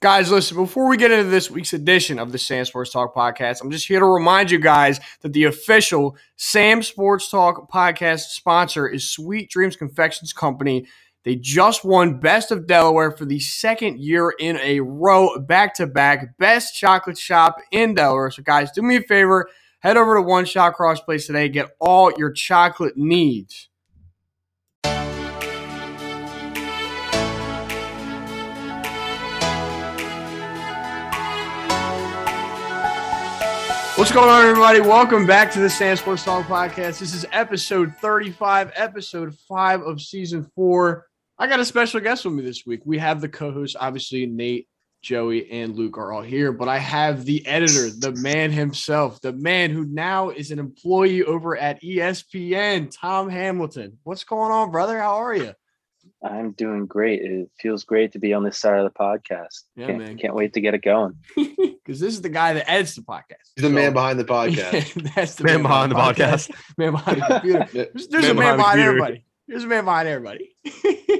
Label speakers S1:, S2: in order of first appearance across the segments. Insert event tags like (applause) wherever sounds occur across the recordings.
S1: Guys, listen, before we get into this week's edition of the Sam Sports Talk podcast, I'm just here to remind you guys that the official Sam Sports Talk podcast sponsor is Sweet Dreams Confections Company. They just won Best of Delaware for the second year in a row, back to back, best chocolate shop in Delaware. So, guys, do me a favor head over to One Shot Cross Place today, get all your chocolate needs. What's going on, everybody? Welcome back to the Sand Sports Talk Podcast. This is episode 35, episode five of season four. I got a special guest with me this week. We have the co hosts, obviously, Nate, Joey, and Luke are all here, but I have the editor, the man himself, the man who now is an employee over at E ESPN, Tom Hamilton. What's going on, brother? How are you?
S2: I'm doing great. It feels great to be on this side of the podcast.
S1: Yeah,
S2: can't,
S1: man.
S2: can't wait to get it going.
S1: Because this is the guy that edits the podcast.
S3: He's the man
S1: So-
S3: behind
S1: (laughs)
S3: the podcast.
S1: That's the
S4: Man behind the podcast.
S1: (laughs) Man behind
S4: (laughs)
S1: the computer.
S3: Yeah.
S1: There's, there's a
S4: Man
S1: man
S4: behind the computer.
S1: behind everybody. There's a man behind everybody.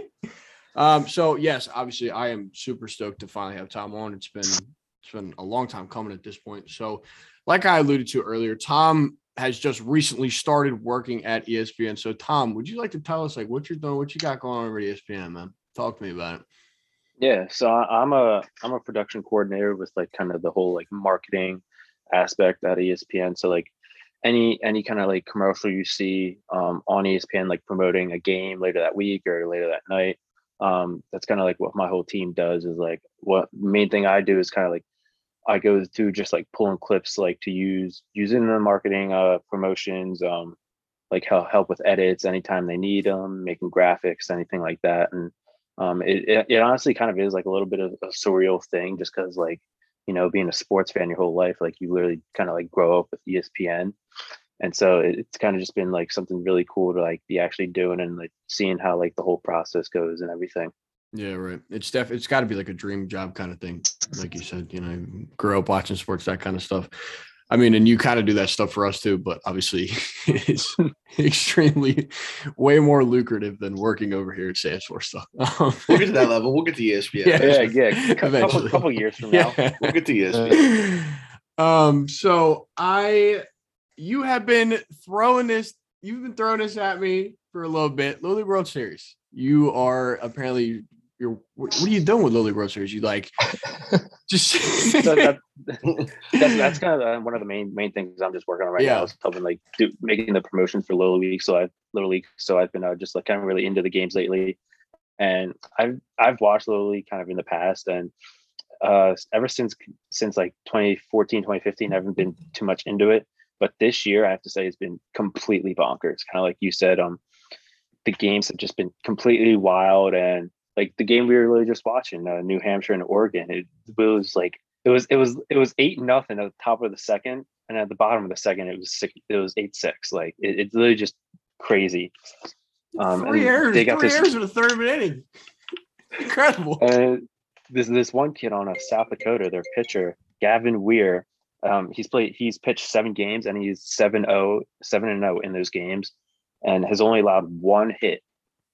S1: (laughs) um, so yes, obviously I am super stoked to finally have Tom on. It's been it's been a long time coming at this point. So, like I alluded to earlier, Tom has just recently started working at E ESPN. So, Tom, would you like to tell us like what you're doing, what you got going on over at E ESPN, man? Talk to me about it.
S2: Yeah, so I- I'm a I'm a production coordinator with like kind of the whole like marketing aspect at E ESPN. So like any any kind of like commercial you see um, on ESPN, like promoting a game later that week or later that night, um, that's kind of like what my whole team does. Is like what main thing I do is kind of like I go through just like pulling clips like to use using the marketing uh, promotions, um, like help help with edits anytime they need them, making graphics, anything like that, and um it, it, it honestly kind of is like a little bit of a surreal thing just because like you know being a sports fan your whole life like you literally kind of like grow up with E espn and so it, it's kind of just been like something really cool to like be actually doing and like seeing how like the whole process goes and
S1: (laughs)
S2: everything
S1: Yeah, right. It's def it's gotta be like a dream job kind of thing. Like you said, you know, grow up watching sports, that kind of stuff. I mean, and you kind of do that stuff for us too, but obviously (laughs) it's extremely way more lucrative than working over here at Salesforce (laughs) stuff. Um,
S3: We'll get to that level. We'll get to E ESPN.
S1: Yeah.
S2: yeah yeah a couple,
S1: Eventually.
S2: couple years from now
S1: (laughs) yeah.
S3: We'll get to E ESPN.
S1: (laughs) um, so I you have been throwing this, you've been throwing this at me for a little bit. Lily World Series. You are apparently you're what what are you doing with Lily World Series? You
S2: (laughs)
S1: like just (laughs)
S2: So that- that's that's kind of uh, one of the main main things I'm just working on right
S1: Yeah.
S2: now is helping like do, making the promotions for Little League. So I Little League, so I've been uh, just like kind of really into the games lately, and I've I've watched Little League kind of in the past, and uh, ever since since like 2014 2015 I haven't been too much into it, but this year I have to say it's been completely bonkers. Kind of like you said, um, the games have just been completely wild and. Like the game we were really just watching, uh, New Hampshire and Oregon, it was like it was it was it was eight nothing at the top of the second, and at the bottom of the second it was six. It was eight six. Like it, it's literally just crazy. Um,
S1: three
S2: and
S1: errors,
S2: they got
S1: three
S2: this-
S1: errors in a third inning. Incredible.
S2: And this this one kid on uh, South Dakota, their pitcher Gavin Weir, um, he's played he's pitched seven games and he's 7-0, 7 and zero in those games, and has only allowed one hit.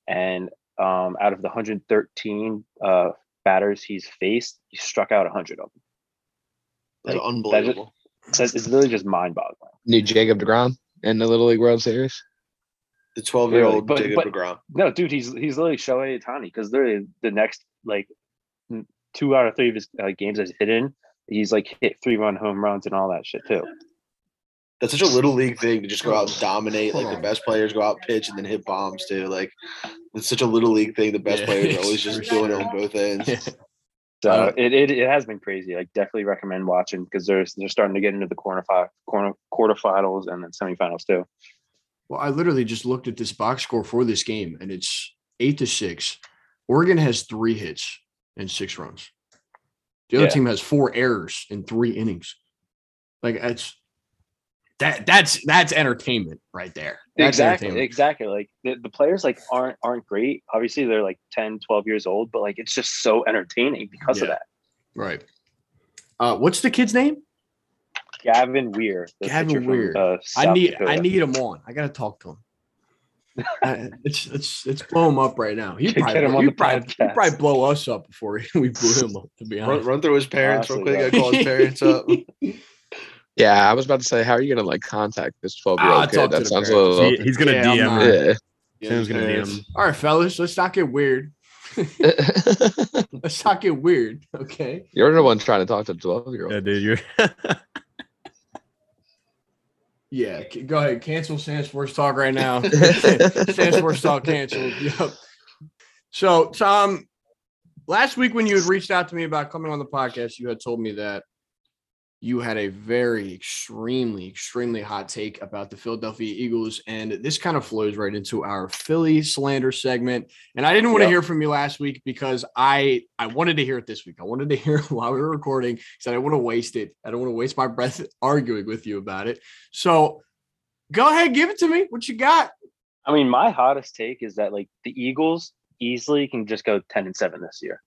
S2: And um, out of the 113 uh, batters he's faced, he struck out 100 of them.
S3: That's
S2: Like,
S3: unbelievable.
S2: So it's literally just mind boggling.
S5: New Jacob Degrom in the Little League World Series.
S3: the 12 year
S2: really,
S3: old
S2: but-
S3: Jacob
S2: but-
S3: Pegrom.
S2: No, dude, he's he's literally Shohei Itani because literally the next like n- two out of three of his uh, games that's hit in, he's like hit three run home runs and all that shit too.
S3: That's such a little league thing to just go out and dominate. Like
S1: Hold
S3: the
S1: on.
S3: best players go out pitch and then hit bombs too. Like it's such a little league thing. The best
S1: Yeah,
S3: players
S1: it's
S3: are always
S1: for
S3: just doing it on both ends.
S1: Yeah.
S2: So
S1: Uh,
S2: it, it, it has been crazy. Like definitely recommend watching because they're they're starting to get into the corner fi- corner quarterfinals and then semifinals too.
S1: Well, I literally just looked at this box score for this game, and it's eight to six. Oregon has three hits and six runs. The other
S2: Yeah.
S1: team has four errors in three innings. Like that's that that's that's entertainment right there. That's
S2: exactly
S1: entertainment.
S2: exactly like the, the players like aren't aren't great obviously they're like 10 12 years old but like it's just so entertaining because of
S1: Yeah.
S2: that
S1: Right. Uh, what's the kid's name?
S2: gavin weir the
S1: Gavin
S2: pitcher from,
S1: Weir.
S2: uh,
S1: I
S2: South
S1: need I
S2: Dakota.
S1: need him on. I gotta talk to him. Uh, It's it's it's blow him up right now. He
S2: (laughs) Get
S1: probably,
S2: him on
S1: he'd
S2: the
S1: probably, he'd
S2: podcast.
S1: probably blow us up before (laughs) we blew him up. To be
S3: Run,
S1: honest,
S3: run through his parents real
S2: Honestly,
S3: quick. I call his
S1: (laughs)
S3: parents up.
S6: Yeah, I was about to say, how are you gonna like contact this twelve year
S1: Ah,
S6: old
S1: talk to
S6: kid? That
S1: the
S6: sounds a
S1: parents.
S6: little.
S7: He- he's gonna
S1: Yeah, I'm not-
S7: DM.
S6: Yeah.
S3: Yeah,
S7: Sam's gonna
S3: parents.
S7: DM.
S1: all right, fellas, let's not get weird. Let's not get weird, okay?
S6: (laughs) You're the one trying to talk to the twelve year
S7: Yeah,
S6: old.
S7: dude, you're.
S1: Yeah, c- go ahead. Cancel Sans Sports Talk right now. Sans
S6: That's
S1: Sports Talk canceled. Yep. So, Tom, last week when you had reached out to me about coming on the podcast, you had told me that you had a very extremely, extremely hot take about the Philadelphia Eagles. And this kind of flows right into our Philly slander segment. And I didn't want to
S2: Yep.
S1: hear from you last week because I I wanted to hear it this week. I wanted to (laughs) hear it while we were recording because I didn't want to waste it. I don't want to waste my breath (laughs) arguing with you about it. So go ahead, give it to me. What you got?
S2: I mean, my hottest take is that like the Eagles easily can just go ten and seven this year.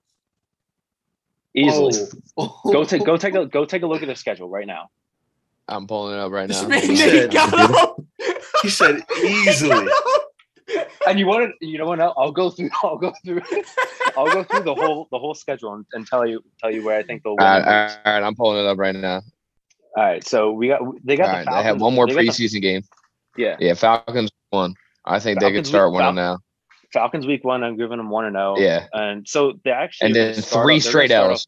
S2: Easily.
S3: Oh.
S2: Go take go take a go take a look at the schedule right now.
S6: I'm pulling it up right
S1: This
S6: now.
S1: man,
S3: said-
S1: he got up.
S3: (laughs) He said
S1: (laughs)
S3: easily.
S2: And you want to you know what? I'll, I'll go through (laughs) I'll go through I'll go through the whole the whole schedule and, and tell you tell you where I think they'll win.
S6: All right, all right, all right, I'm pulling it up right now.
S2: All right, so we got they
S6: All
S2: got
S6: right,
S2: the
S6: they have
S2: Falcons-
S6: one more
S2: they got the-
S6: preseason game.
S2: yeah,
S6: Yeah, Falcons won. I think they
S2: Falcons-
S6: could start winning now.
S2: Falcons week one. I'm giving them one and oh. zero.
S6: Yeah,
S2: and so they actually
S6: and
S2: are gonna
S6: then
S2: start
S6: three
S2: off- they're gonna
S6: straight
S2: start
S6: L's.
S2: Off,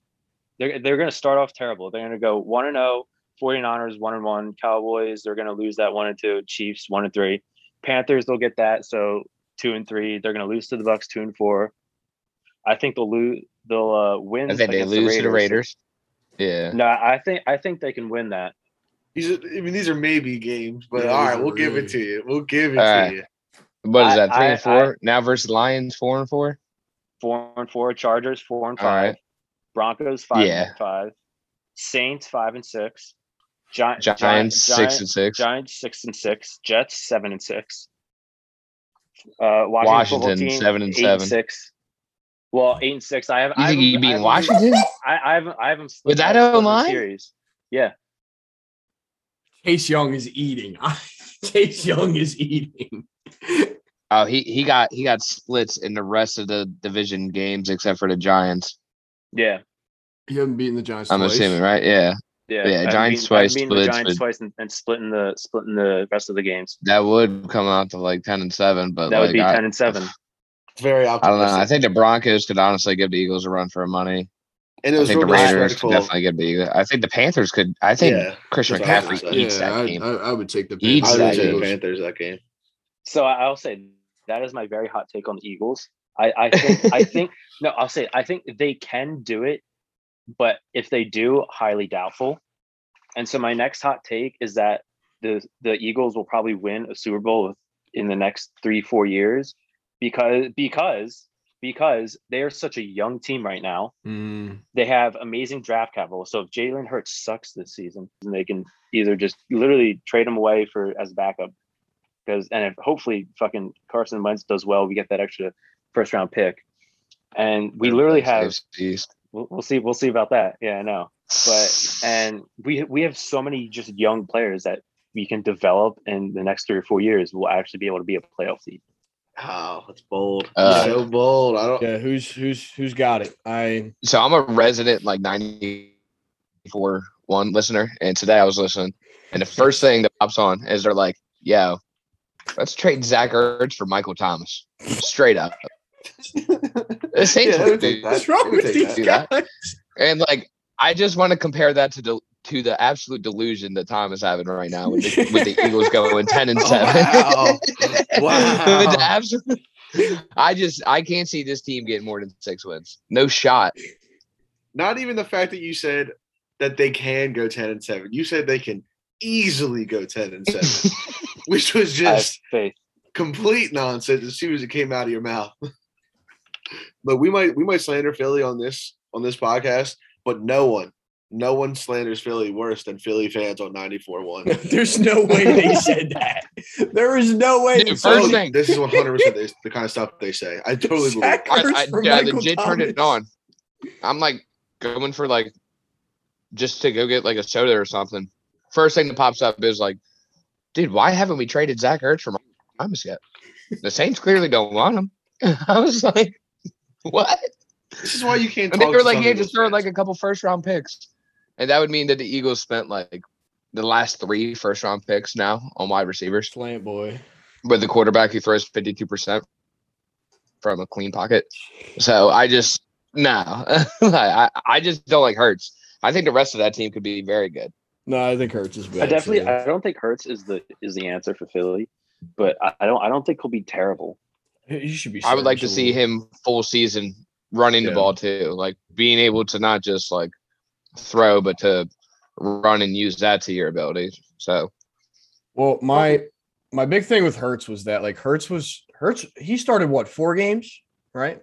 S2: they're they're going to start off terrible. They're going to go one and zero. 49ers one and one. Cowboys they're going to lose that one and two. Chiefs one and three. Panthers they'll get that so two and three. They're going to lose to the Bucks two and four. I think they'll lose. They'll uh, win.
S6: I think they
S2: against
S6: lose to the Raiders. Yeah.
S2: No, I think I think they can win that.
S3: These are, I mean, these are maybe games, but
S1: Yeah,
S3: all
S1: these
S3: right,
S1: are
S3: we'll give
S1: really-
S3: it to you. We'll give it
S6: All
S3: to
S6: right.
S3: you.
S6: What is
S2: I-
S6: that? Three and
S2: I-
S6: four now versus Lions. Four and four.
S2: Four and four. Chargers four and
S6: All
S2: five.
S6: right.
S2: Broncos five
S6: Yeah.
S2: and five. Saints five and six. Gi-
S6: Giants six and six.
S2: Giants six and six, Jets seven and six, uh, Washington, football
S6: Washington,
S2: team,
S6: seven and
S2: eight
S6: seven.
S2: six. Well, eight and six. I have.
S6: You
S2: I
S6: think
S2: haven't-
S6: you
S2: I
S6: beat
S2: haven't-
S6: Washington?
S2: I, I haven't. I haven't.
S6: With
S2: I
S6: that
S2: haven't split the
S6: O-line?
S2: series.
S1: Chase Young is eating. (laughs) Chase Young is eating. (laughs)
S6: Oh, he he got he got splits in the rest of the division games except for the Giants.
S2: Yeah,
S1: You haven't beaten the Giants.
S6: I'm
S1: twice.
S6: assuming, right? Yeah,
S2: yeah.
S6: Yeah,
S2: I've beaten-
S6: Giants
S2: I've
S6: twice,
S2: beaten the
S6: splits,
S2: Giants
S6: but-
S2: twice, and, and splitting the splitting the rest of the games.
S6: that would come out to like ten and seven, but
S2: That
S6: like
S2: would be
S6: I,
S2: ten and seven.
S3: Very
S6: I don't
S3: optimistic.
S6: know. I think the Broncos could honestly give the Eagles a run for money.
S3: and it
S6: I
S3: was
S6: think the
S3: real
S6: Raiders could
S3: disrespectful.
S6: definitely give the Eagles. I think the Panthers could. I think
S3: yeah,
S6: Christian
S3: that's what I was
S6: McCaffrey
S3: gonna say.
S6: eats
S1: Yeah,
S6: that
S1: I,
S6: game.
S1: I, I would take the
S6: Eats
S3: I
S1: Panthers.
S6: that
S3: would take the
S6: game.
S3: Panthers that game.
S2: So I, I'll say that is my very hot take on the Eagles. I, I think I think no, I'll say I think they can do it, but if they do, highly doubtful. And so my next hot take is that the the Eagles will probably win a Super Bowl with- in the next three four years because because because they are such a young team right now.
S1: Mm,
S2: They have amazing draft capital. So if Jalen Hurts sucks this season, then they can either just literally trade him away for as backup. Because and if hopefully fucking Carson Wentz does well, we get that extra first round pick. And we literally have
S6: Jeez.
S2: we'll, we'll see we'll see about that. Yeah, I know. But and we we have so many just young players that we can develop in the next three or four years. We'll actually be able to be a playoff team.
S3: Oh, that's bold.
S6: Uh,
S3: so bold. I don't.
S6: (laughs)
S1: yeah, who's who's who's got it? I
S6: so I'm a resident like 94 one listener, and today I was listening, and the first thing that pops on is they're like, "Yo, let's trade Zach Ertz for Michael Thomas."
S3: (laughs)
S6: Straight up, the Saints
S3: Yeah,
S6: would
S3: they would
S6: do-
S3: do that. They would take that.
S6: do that. and like I just want to compare that to the to the absolute delusion that Tom is having right now with the, with the
S3: (laughs)
S6: Eagles going ten and
S3: Oh,
S6: seven. (laughs)
S3: wow.
S6: With
S3: Wow.
S6: the absolute- I just I can't see this team getting more than six wins.
S3: (laughs)
S6: No shot.
S3: Not even the fact that you said that they can go ten and seven. You said they can easily go ten and
S6: (laughs)
S3: seven, which was
S2: I have
S3: just
S2: faith.
S3: complete nonsense as soon as it came out of your mouth. (laughs) but we might we might slander Philly on this on this podcast, but no one, no one slanders Philly worse than Philly fans on
S6: (laughs)
S3: 94-1.
S1: (laughs) There's no way they said that. There is no way.
S6: Dude,
S1: that
S6: first
S1: someone-
S6: thing-
S3: this is 100% they- the kind of stuff they say. I totally believe. it.
S6: I,
S1: Curse
S6: I,
S1: for
S6: yeah, I
S1: Michael
S6: legit turned it on.
S1: Thomas.
S6: I'm like going for like just to go get like a soda or something. First thing that pops up is like, dude, why haven't we traded Zach Ertz for Michael Thomas yet? The Saints clearly don't want him. (laughs) I was like, what?
S3: This is why you can't.
S6: And they
S3: talk
S6: were
S3: to
S6: like,
S3: some
S6: yeah,
S3: Eagles
S6: just throw
S3: fans.
S6: like a couple first round picks. And that would mean that the Eagles spent like the last three first round picks now on wide receivers
S1: Slant boy.
S6: with the quarterback who throws 52% from a clean pocket. So I just, no, (laughs) I, I just don't like Hurts. I think the rest of that team could be very good.
S1: No, I think Hurts is bad.
S2: I definitely
S1: too.
S2: I don't think Hurts is the is the answer for Philly, but I, I don't I don't think he'll be terrible.
S1: you should be.
S6: I would like to
S1: serviceable.
S6: see him full season running
S1: Yeah.
S6: the ball too, like being able to not just like throw, but to run and use that to your ability. So
S8: Well,
S1: My my big thing with Hertz was that like Hertz was Hertz. He started what four games, right?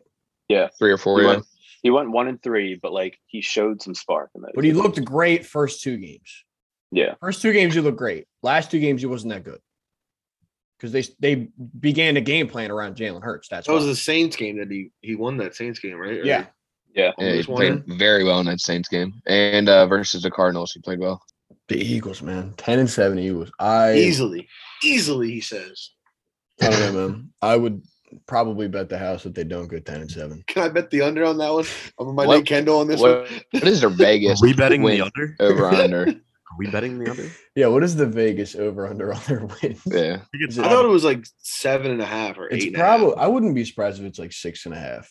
S6: three or four.
S2: He
S6: yeah.
S2: went- He went one and three, but like he showed some spark in that.
S8: But he looked great first two games.
S2: Yeah.
S8: First two games you looked great. Last two games you wasn't that good. Because they they began a game plan around Jalen Hurts. That's
S3: That was
S8: why.
S3: the Saints game that he he won that Saints game, right? Or-
S8: Yeah.
S2: Yeah.
S6: Yeah, he
S3: Almost won
S6: played
S3: it.
S6: very well in that Saints game, and uh, versus the Cardinals, he played well.
S1: The Eagles, man, ten and seven Eagles. I
S3: Easily, easily, he says.
S1: I (laughs) don't know, man. I would probably bet the house that they don't go ten and seven.
S3: Can I bet the under on that one? I'm my
S6: What-
S3: Nate Kendall on this
S6: What,
S3: one.
S6: what is their
S7: (laughs) Are
S6: Vegas
S7: we betting the
S6: win
S7: under?
S6: over under?
S7: (laughs) Are we betting the under?
S1: Yeah, what is the Vegas over under on their (laughs) wins?
S6: Yeah,
S1: Is
S3: I thought it was like seven and a half or eight.
S1: it's
S3: and a half. (laughs)
S1: probably. I wouldn't be surprised if it's like six and a half,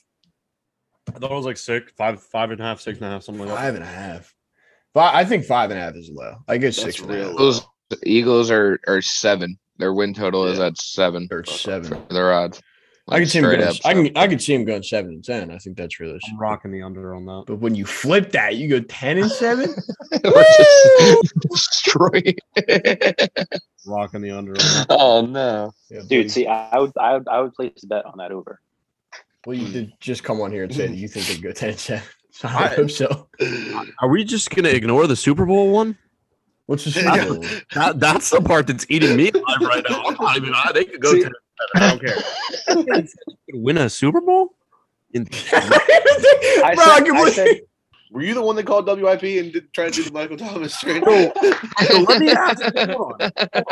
S7: I thought it was like six, five, five and a half, six and a half, something like that.
S1: five and a half. Five, I think five and a half is low. I get
S3: That's
S1: six and a
S3: real
S1: half
S3: low.
S6: Eagles, the Eagles are are seven. Their win total is
S3: Yeah.
S6: at seven
S1: or seven.
S6: for their odds.
S1: I
S6: Like,
S1: can see him
S6: straight
S1: going.
S6: up,
S1: I
S6: (laughs) so-
S1: can. I can see him going seven and ten. I think that's realistic.
S7: I'm rocking the under on that.
S1: But when you flip that, you go ten and
S3: (laughs)
S1: seven.
S6: We're just (laughs) destroyed.
S7: Rocking the under on that.
S6: oh no!
S1: Yeah,
S2: Dude,
S1: please.
S2: see, I would, I would, I would place a bet on that over.
S1: Well, you did just come on here and say that you think they go 10 7. (laughs) So I,
S7: I-
S1: hope so.
S7: Are we just gonna ignore the Super Bowl one?
S1: What's
S3: (laughs)
S1: the
S3: Yeah.
S1: Super Bowl?
S7: That that's the part that's eating me alive right now. I'm not even. I, they could go.
S3: See-
S7: 10, I don't care. They could (laughs) win a Super Bowl? In, (laughs)
S2: I
S1: Bro, (laughs) I
S2: said,
S1: can
S2: I
S1: believe- (laughs)
S2: said,
S3: Were you the one that called WIP and did, tried to do the Michael Thomas trade?
S7: Bro. so let me ask. Hold on, hold on.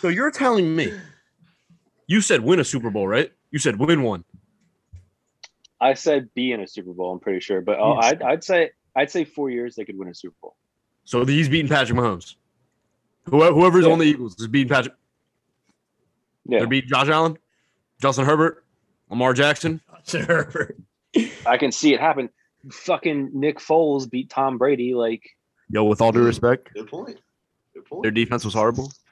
S7: So you're telling me you said win a Super Bowl, right? You said win one.
S2: I said be in a Super Bowl. I'm pretty sure, but uh,
S7: Yes.
S2: I'd, I'd say, I'd say four years they could win a Super Bowl.
S7: So he's beating Patrick Mahomes. Whoever, whoever's
S2: Yeah.
S7: on the Eagles is beating Patrick.
S2: Yeah,
S7: They're beating Josh Allen, Justin Herbert, Lamar Jackson.
S1: (laughs) Sir.
S2: I can see it happen. Fucking Nick Foles beat Tom Brady. Like,
S7: Yo, with all due respect,
S3: Good point. Good point.
S7: their defense was horrible. (laughs)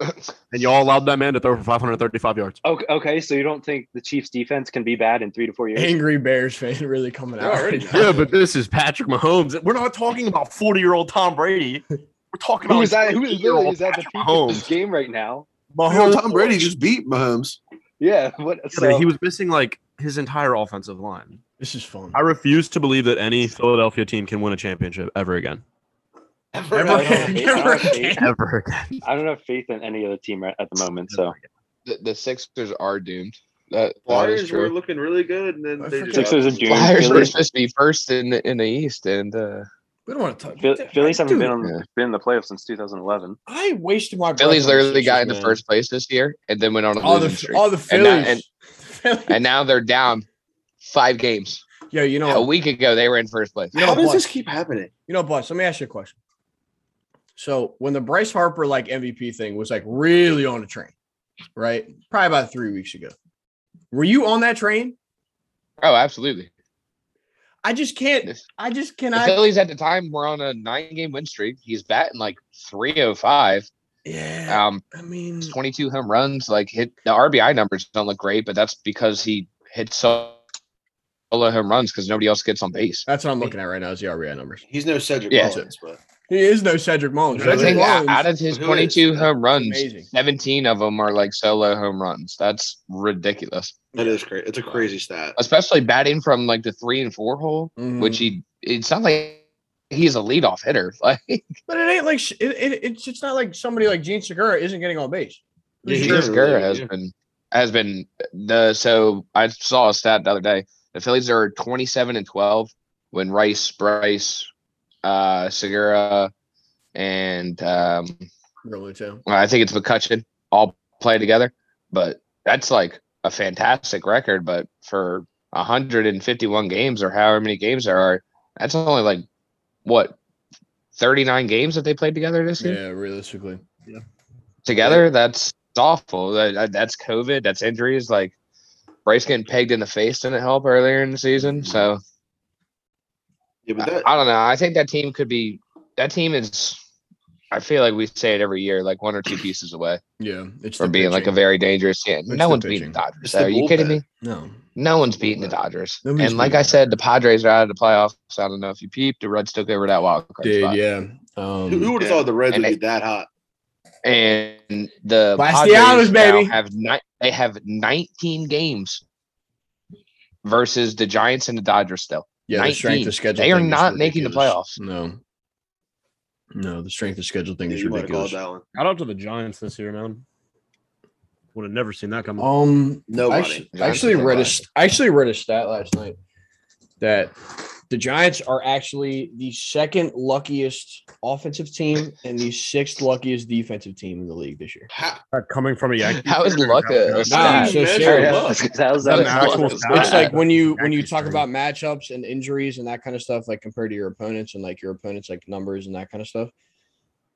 S7: And y'all allowed that man to throw for 535 yards.
S2: okay, okay, so you don't think the Chiefs' defense can be bad in three to four years?
S1: Angry Bears fan really coming out.
S3: They're already
S1: right now.
S7: Yeah, but this is Patrick Mahomes. We're not talking about 40 year old Tom Brady. We're talking about
S2: Who is that? Who is literally
S7: 38-year-old
S2: is at the peak of this
S7: Mahomes.
S2: game right
S7: (laughs)
S2: now?
S3: Well,
S7: Mahomes.
S3: Tom Brady just beat Mahomes.
S2: Yeah. What? So,
S7: he was missing like his entire offensive line.
S1: This is fun.
S7: I refuse to believe that any Philadelphia team can win a championship ever again.
S3: Ever
S2: I, don't have
S3: again.
S2: faith, I, don't have faith,
S7: Ever again.
S2: I don't have faith in any other team right at the moment. So
S6: The, the Sixers are doomed. That, that is
S3: Flyers
S6: true.
S3: were looking really good, and then
S1: I
S3: they
S1: forgot.
S3: just
S2: Sixers are doomed.
S6: Flyers were
S2: Philly,
S6: supposed to be first in the, in the East, and uh,
S1: we don't want to talk
S2: Phil- Phillies haven't been on
S6: Yeah.
S2: been in the playoffs since 2011.
S8: I wasted my breath
S6: Phillies
S8: on the
S6: literally
S8: Sixers,
S6: got into
S8: man.
S6: first place this year, and then went on a
S1: all
S6: losing
S1: the
S6: streak.
S1: all the
S6: And
S1: Phillies.
S6: now- and now they're down five games.
S1: (laughs) Yo, you know,
S6: A week ago, they were in first place.
S1: you know,
S3: How does
S1: Blush,
S3: this keep happening?
S1: you know, Blush, let me ask you a question. So when the Bryce Harper like MVP thing was like really on the train, right? Probably about three weeks ago. Were you on that train?
S6: Oh, absolutely.
S1: I just can't.
S6: This-
S1: I just
S6: The
S1: cannot.
S6: Phillies at the time were on a nine-game win streak. He's batting like 305.
S1: Yeah,
S6: Um,
S1: I mean,
S6: 22 home runs. Like hit the RBI numbers don't look great, but that's because he hits so solo home runs because nobody else gets on base.
S1: that's what I'm looking at right now is the RBI numbers.
S3: He's no Cedric
S6: Yeah.
S3: Mullins, but
S1: He is no Cedric Mullins.
S3: Who
S6: But I
S3: is-
S1: Cedric
S6: think out
S1: Mullins,
S6: out of his
S3: who is-
S6: 22 home runs,
S1: amazing.
S6: 17 of them are like solo home runs. That's ridiculous,
S3: that is crazy. It's a crazy stat.
S6: especially batting from like the three and four hole,
S1: Mhm.
S6: which he it's not like he's a leadoff hitter. (laughs) Like
S1: but it ain't like sh- it, it, it's it's not like somebody like Gene Segura isn't getting on base.
S3: Yeah, he
S6: Gene
S3: is
S6: Segura
S3: really
S6: has
S3: good.
S6: been has been the so I saw a stat the other day. The Phillies are 27 and 12 when Rice, Bryce, uh, Segura, and um,
S1: Really too.
S6: I think it's McCutcheon all play together. But that's like a fantastic record, but for 151 games or however many games there are, that's only like what 39 games that they played together this year.
S1: Yeah, realistically.
S6: Together, that's awful. That- that- that's COVID. That's injuries. Like Bryce getting pegged in the face didn't help earlier in the season.
S1: Mm-hmm.
S6: So
S3: Yeah, but
S6: I,
S3: that,
S6: I don't know. I think that team could be. That team is. I feel like we say it every year, like one or two pieces away
S1: Yeah, it's
S6: from
S1: the
S6: being like a
S1: pitching.
S6: very dangerous team.
S1: It's
S6: no
S1: the
S6: one's beating the
S1: pitching.
S6: Dodgers.
S3: It's
S6: though.
S3: the
S6: Are you kidding
S3: bullpen.
S6: me?
S1: no.
S6: No one's beating the
S3: Bullpen.
S6: Dodgers.
S1: Nobody's
S6: and like
S1: beating
S6: I
S1: the
S6: said, the Padres are out of the playoffs. I don't know if you peeped. The Reds took over that wild card
S1: Dude,
S6: spot.
S1: yeah.
S3: who,
S1: Um,
S3: would have
S2: Yeah.
S3: thought the Reds
S6: And
S3: would be
S6: they-
S3: that hot?
S6: And the
S1: Bastianos,
S6: Padres now
S1: baby.
S6: have ni- they have 19 games versus the Giants and the Dodgers still.
S1: yeah, the strength
S6: 19.
S1: of schedule.
S6: They are
S1: thing is
S6: not making the
S1: ridiculous.
S6: playoffs.
S1: No. No, the strength of schedule thing
S3: Yeah,
S1: is
S3: you might have called
S1: ridiculous.
S3: that one.
S7: Shout out to the Giants this year, man. Would have never seen that coming.
S1: Um,
S3: Nobody.
S1: Actually,
S6: Giants
S1: I actually
S6: are
S1: read a
S6: nobody.
S1: st- I actually read a stat last night that the Giants are actually the second luckiest offensive team and the sixth luckiest defensive team in the league this year.
S3: Ha-
S7: That coming from a Yankee.
S6: How is
S7: fan,
S6: luck
S7: that-
S6: a- a
S7: that-
S1: Nah,
S6: stat?
S1: so
S3: measure
S1: serious.
S3: luck?
S2: How's
S7: that
S2: that uh,
S7: an
S2: a
S7: actual
S2: plus?
S7: stat?
S1: It's like when you when you
S7: Exactly,
S1: talk
S7: Trey.
S1: about matchups and injuries and that kind of stuff, like compared to your opponents and like your opponents like numbers and that kind of stuff.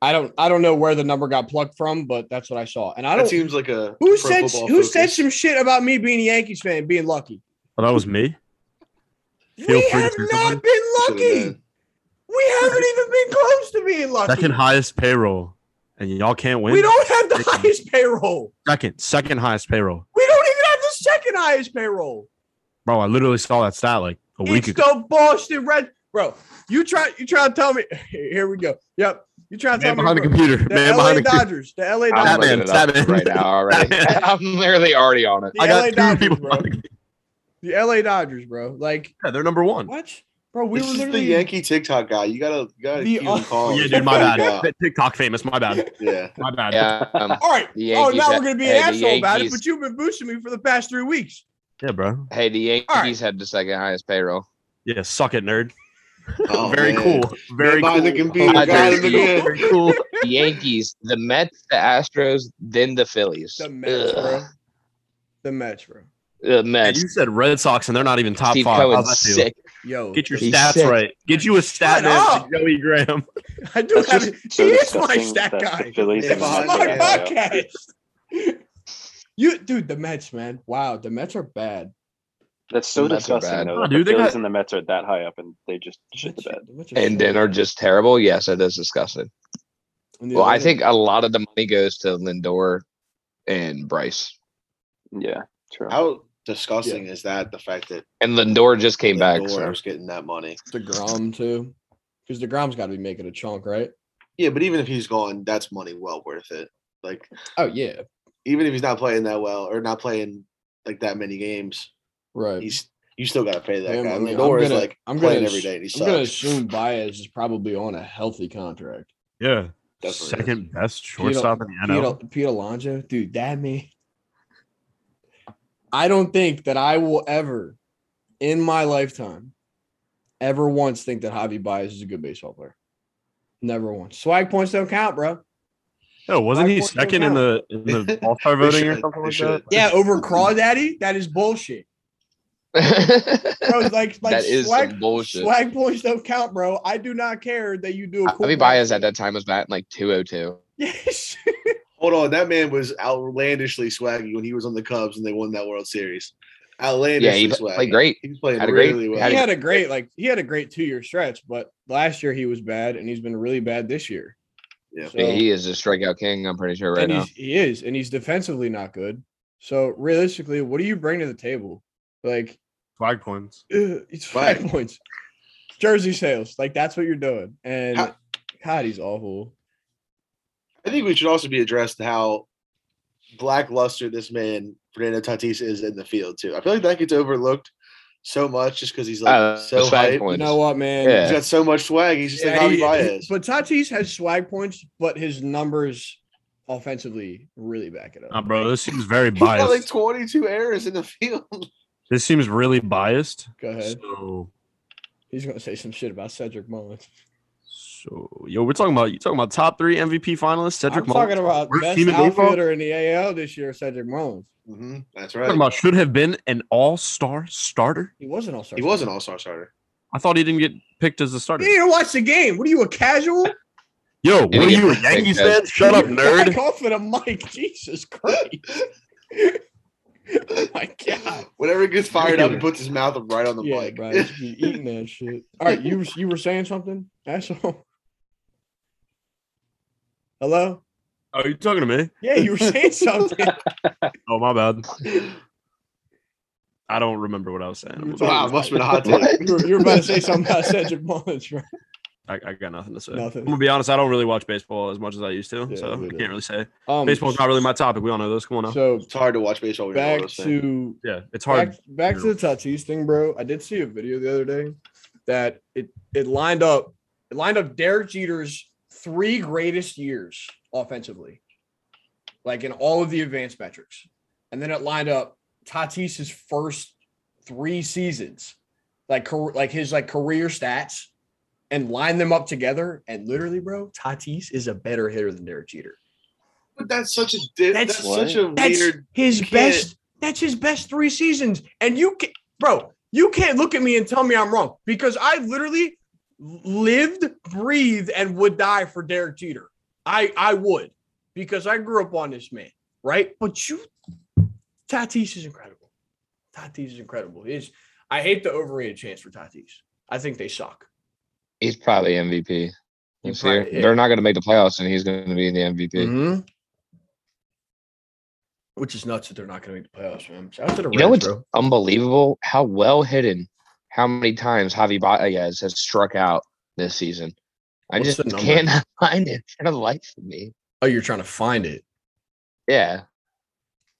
S1: I don't I don't know where the number got plucked from, but that's what I saw. And I
S3: that
S1: don't
S3: seems like a
S1: who
S3: pro
S1: said
S3: football
S1: who
S3: focus.
S1: said some shit about me being a Yankees fan and being lucky.
S7: Oh, that was me. Feel
S1: we
S7: free to
S1: have
S7: say
S1: not been
S3: Should've
S1: lucky.
S3: known.
S1: We haven't even been close to being lucky.
S7: Second highest payroll, and y'all can't win.
S1: we don't have the
S7: Second.
S1: highest payroll.
S7: second, second highest payroll,
S1: We don't even have the second highest payroll.
S7: bro. I literally saw that stat like a week
S1: It's
S7: ago.
S1: the Boston Red, bro. You try, you try to tell me. (laughs) Here we go. Yep, you try to tell
S7: Man
S1: me
S7: behind the
S1: bro,
S7: computer,
S1: the
S7: man
S1: LA
S7: behind the computer.
S1: Dodgers, the LA
S6: I'm
S1: Dodgers,
S7: Batman,
S6: looking it up
S7: Batman.
S6: right
S1: (laughs)
S6: now already. (laughs)
S7: Batman.
S6: I'm literally already on it.
S1: the
S7: I
S1: LA
S7: got two
S1: Dodgers,
S7: people.
S1: bro. The LA Dodgers, bro. Like
S7: Yeah, they're number one.
S1: what, bro? We
S3: this
S1: were
S3: is
S1: literally
S3: the Yankee TikTok guy. You gotta, you gotta
S1: The-
S3: keep him
S7: Oh,
S3: calm.
S7: yeah, dude, my
S3: Yeah.
S7: bad. That TikTok famous, my bad. (laughs)
S3: Yeah,
S7: My bad.
S6: Yeah, um,
S1: All right. oh,
S6: The Yankees
S1: now
S6: ha-
S1: we're gonna be an
S6: hey, the
S1: asshole about it,
S6: Yankees-
S1: but you've been boosting me for the past three weeks.
S7: Yeah, bro.
S6: hey, the Yankees
S1: All right.
S6: had the second highest payroll.
S7: Yeah, suck it, nerd.
S3: Oh,
S7: Very
S3: man.
S7: cool. Very
S3: Man behind
S7: cool.
S3: the computer,
S6: Oh,
S3: got
S6: there's
S3: him again.
S7: Very cool.
S6: The Yankees, the Mets, the Astros, then the Phillies.
S1: The Mets, bro.
S6: Ugh.
S1: The Mets, bro.
S6: The
S7: And
S6: Mets.
S7: you said Red Sox, and they're not even top
S6: Steve
S7: five. How's
S6: Cohen's
S7: that feel?
S6: sick.
S1: Yo, (laughs)
S7: Get your
S6: He's
S7: stats
S6: sick.
S7: right. Get you a stat
S1: Shut
S7: man,
S1: up.
S7: Joey Graham. (laughs)
S1: I do
S2: That's
S1: have.
S2: just
S1: He
S2: (laughs) so
S1: is my
S2: disgusting
S1: stat
S2: that
S1: guy.
S2: the Phillies
S3: Yeah,
S1: It's
S2: and the
S1: my
S3: behind
S2: Mets are out.
S1: podcast. You, dude, the Mets, man. Wow, the Mets are bad.
S2: That's so
S6: The Mets are
S2: disgusting
S6: bad.
S2: though.
S7: Oh,
S2: that
S7: dude,
S2: the
S7: they
S2: Phillies
S7: got-
S2: and the Mets are that high up and they just shit the
S1: Mets are-
S2: bad.
S1: the Mets are
S6: And
S1: so
S6: then are
S1: bad.
S6: just terrible. Yes, it is disgusting.
S1: And the
S6: Well, I
S1: Atlanta-
S6: think a lot of the money goes to Lindor and Bryce.
S2: Yeah, true.
S3: (laughs) How disgusting is that? The fact that
S6: And Lindor just came back.
S3: Lindor
S6: So. (laughs)
S3: was getting that money.
S1: Degrom too, because Degrom's got to be making a chunk, right?
S3: Yeah, but even if he's gone, that's money well worth it. Like
S1: Oh yeah,
S3: even if he's not playing that well or not playing like that many games,
S1: right.
S3: he's you still gotta pay that
S1: Damn,
S3: guy.
S1: I mean, I'm
S3: Lindor is
S1: gonna-
S3: like
S1: I'm
S3: playing
S1: gonna
S3: every
S1: ass-
S3: day. And he
S1: I'm gonna
S3: sucks.
S1: assume Baez is probably on a healthy contract.
S7: Yeah.
S3: Definitely.
S7: Second best shortstop in the
S1: Pete,
S7: NL.
S1: Pete Alonso, dude, that man. I don't think that I will ever, in my lifetime, ever once think that Javi Baez is a good baseball player. Never once. Swag points don't count, bro.
S7: No, wasn't he
S1: Five point
S7: second in the in the All Star
S3: They
S7: voting or
S3: should-
S7: something
S3: they
S7: like that?
S3: should. (laughs)
S1: Yeah, over Crawdaddy, that is bullshit,
S3: (laughs)
S1: bro.
S6: that
S1: Like, like
S6: is
S1: swag,
S6: some bullshit.
S1: swag points don't count, bro. I do not care that you do a cool.
S6: Javi Baez at that time was batting like 202.
S1: (laughs) Yes.
S3: Hold on, that man was outlandishly swaggy when he was on the Cubs and they won that World Series. Outlandishly
S6: Yeah, he
S3: swaggy.
S6: played great.
S3: He was playing
S6: Had a great-
S3: really well.
S6: had
S1: he had a great like he had a great two year stretch, but last year he was bad, and he's been really bad this year.
S3: Yeah.
S1: So-
S6: He is a strikeout king, I'm pretty sure, right
S1: and
S6: now.
S1: he's, he is, and he's defensively not good. So realistically, what do you bring to the table? Like (sighs)
S7: Flag points.
S1: ugh, it's five
S3: Right.
S1: points, jersey sales. Like that's what you're doing. And
S3: How-
S1: God, he's awful.
S3: I think we should also be addressed how blackluster this man Fernando Tatis is in the field too. I feel like that gets overlooked so much just because he's like
S6: Uh,
S3: so
S6: swag
S3: hype.
S6: point.
S1: You know what, man?
S6: Yeah.
S3: He's got so much swag. He's just
S1: Yeah,
S3: like Javi
S1: he-
S3: Baez.
S1: but Tatis has swag points, but his numbers offensively really back it up.
S7: Nah, bro, this seems very
S3: He's got like
S7: biased.
S3: 22 errors in the (laughs) field.
S7: This seems really biased.
S1: Go ahead.
S7: So
S1: He's gonna say some shit about Cedric Mullins.
S7: So, yo, we're talking about you talking about top three MVP finalists. Cedric
S1: I'm
S7: Mullins,
S1: talking about
S7: worst
S1: best
S7: team in baseball?
S1: outfielder in the AL this year, Cedric Mullins.
S3: hmm That's
S7: talking
S3: right.
S7: about should have been an All Star starter.
S1: He was an all-star.
S3: He was an all star starter.
S7: I thought he didn't get picked as a
S1: You
S7: starter.
S1: didn't even watch the game. What are you, a casual?
S7: Yo, what are
S6: didn't
S7: you, a
S6: get picked
S7: Yankees
S6: as-
S7: fan?
S1: (laughs)
S7: Shut up, nerd.
S1: Back off of the mic. (laughs) Jesus Christ. (laughs) oh my God.
S3: (laughs) Whenever he gets fired (laughs) up, he puts his mouth right on the
S1: yeah,
S3: mic.
S1: bro, just be eating that shit. All right, you you were saying something, asshole. Hello?
S7: Are Oh, you talking to me?
S1: Yeah, you were saying something.
S3: (laughs)
S7: Oh, my bad. I don't remember what I was saying.
S1: You-
S3: wow, must have been a hot
S6: What?
S3: take.
S1: you, were, you were about to say something about Cedric Mullins, bro.
S7: I, I got nothing to say.
S1: Nothing.
S7: I'm gonna be honest. I don't really watch baseball as much as I used to,
S1: Yeah,
S7: so I
S1: me
S7: can't
S1: neither.
S7: really say.
S1: Um,
S7: Baseball's not really my topic. We all know this. Come on now.
S1: So
S3: (laughs) It's hard to watch baseball. When you're
S1: back
S3: all to
S1: to
S7: yeah, it's hard.
S1: back, back to the Tatis thing, bro. I did see a video the other day that it it lined up it lined up Derek Jeter's three greatest years offensively, like in all of the advanced metrics, and then it lined up Tatis's first three seasons, like car- like his like career stats, and lined them up together. And literally, bro, Tatis is a better hitter than Derek Jeter.
S3: but that's such a di-
S1: That's-
S3: that's, such a
S1: That's
S3: (laughs) weird.
S1: his
S3: can't-
S1: best. That's his best three seasons. And you can, bro, you can't look at me and tell me I'm wrong because I literally lived, breathed, and would die for Derek Jeter. I I would because I grew up on this man, right? But you, Tatis is incredible. Tatis is incredible. Is I hate the overrated chance for Tatis. I think they suck.
S6: He's probably MVP.
S1: He
S6: this year.
S1: probably is.
S6: They're not going to make the playoffs, and he's going to be in the MVP.
S1: Mhm. Which is nuts that they're not going to make the playoffs, man. Shout out to the
S6: You know
S1: Reds,
S6: what's
S1: bro.
S6: unbelievable? How well hidden, how many times Javi Baez has struck out this season. I
S1: What's
S6: just
S1: the number?
S6: can't (laughs) find it for the life of me.
S1: Oh, you're trying to find it.
S6: Yeah.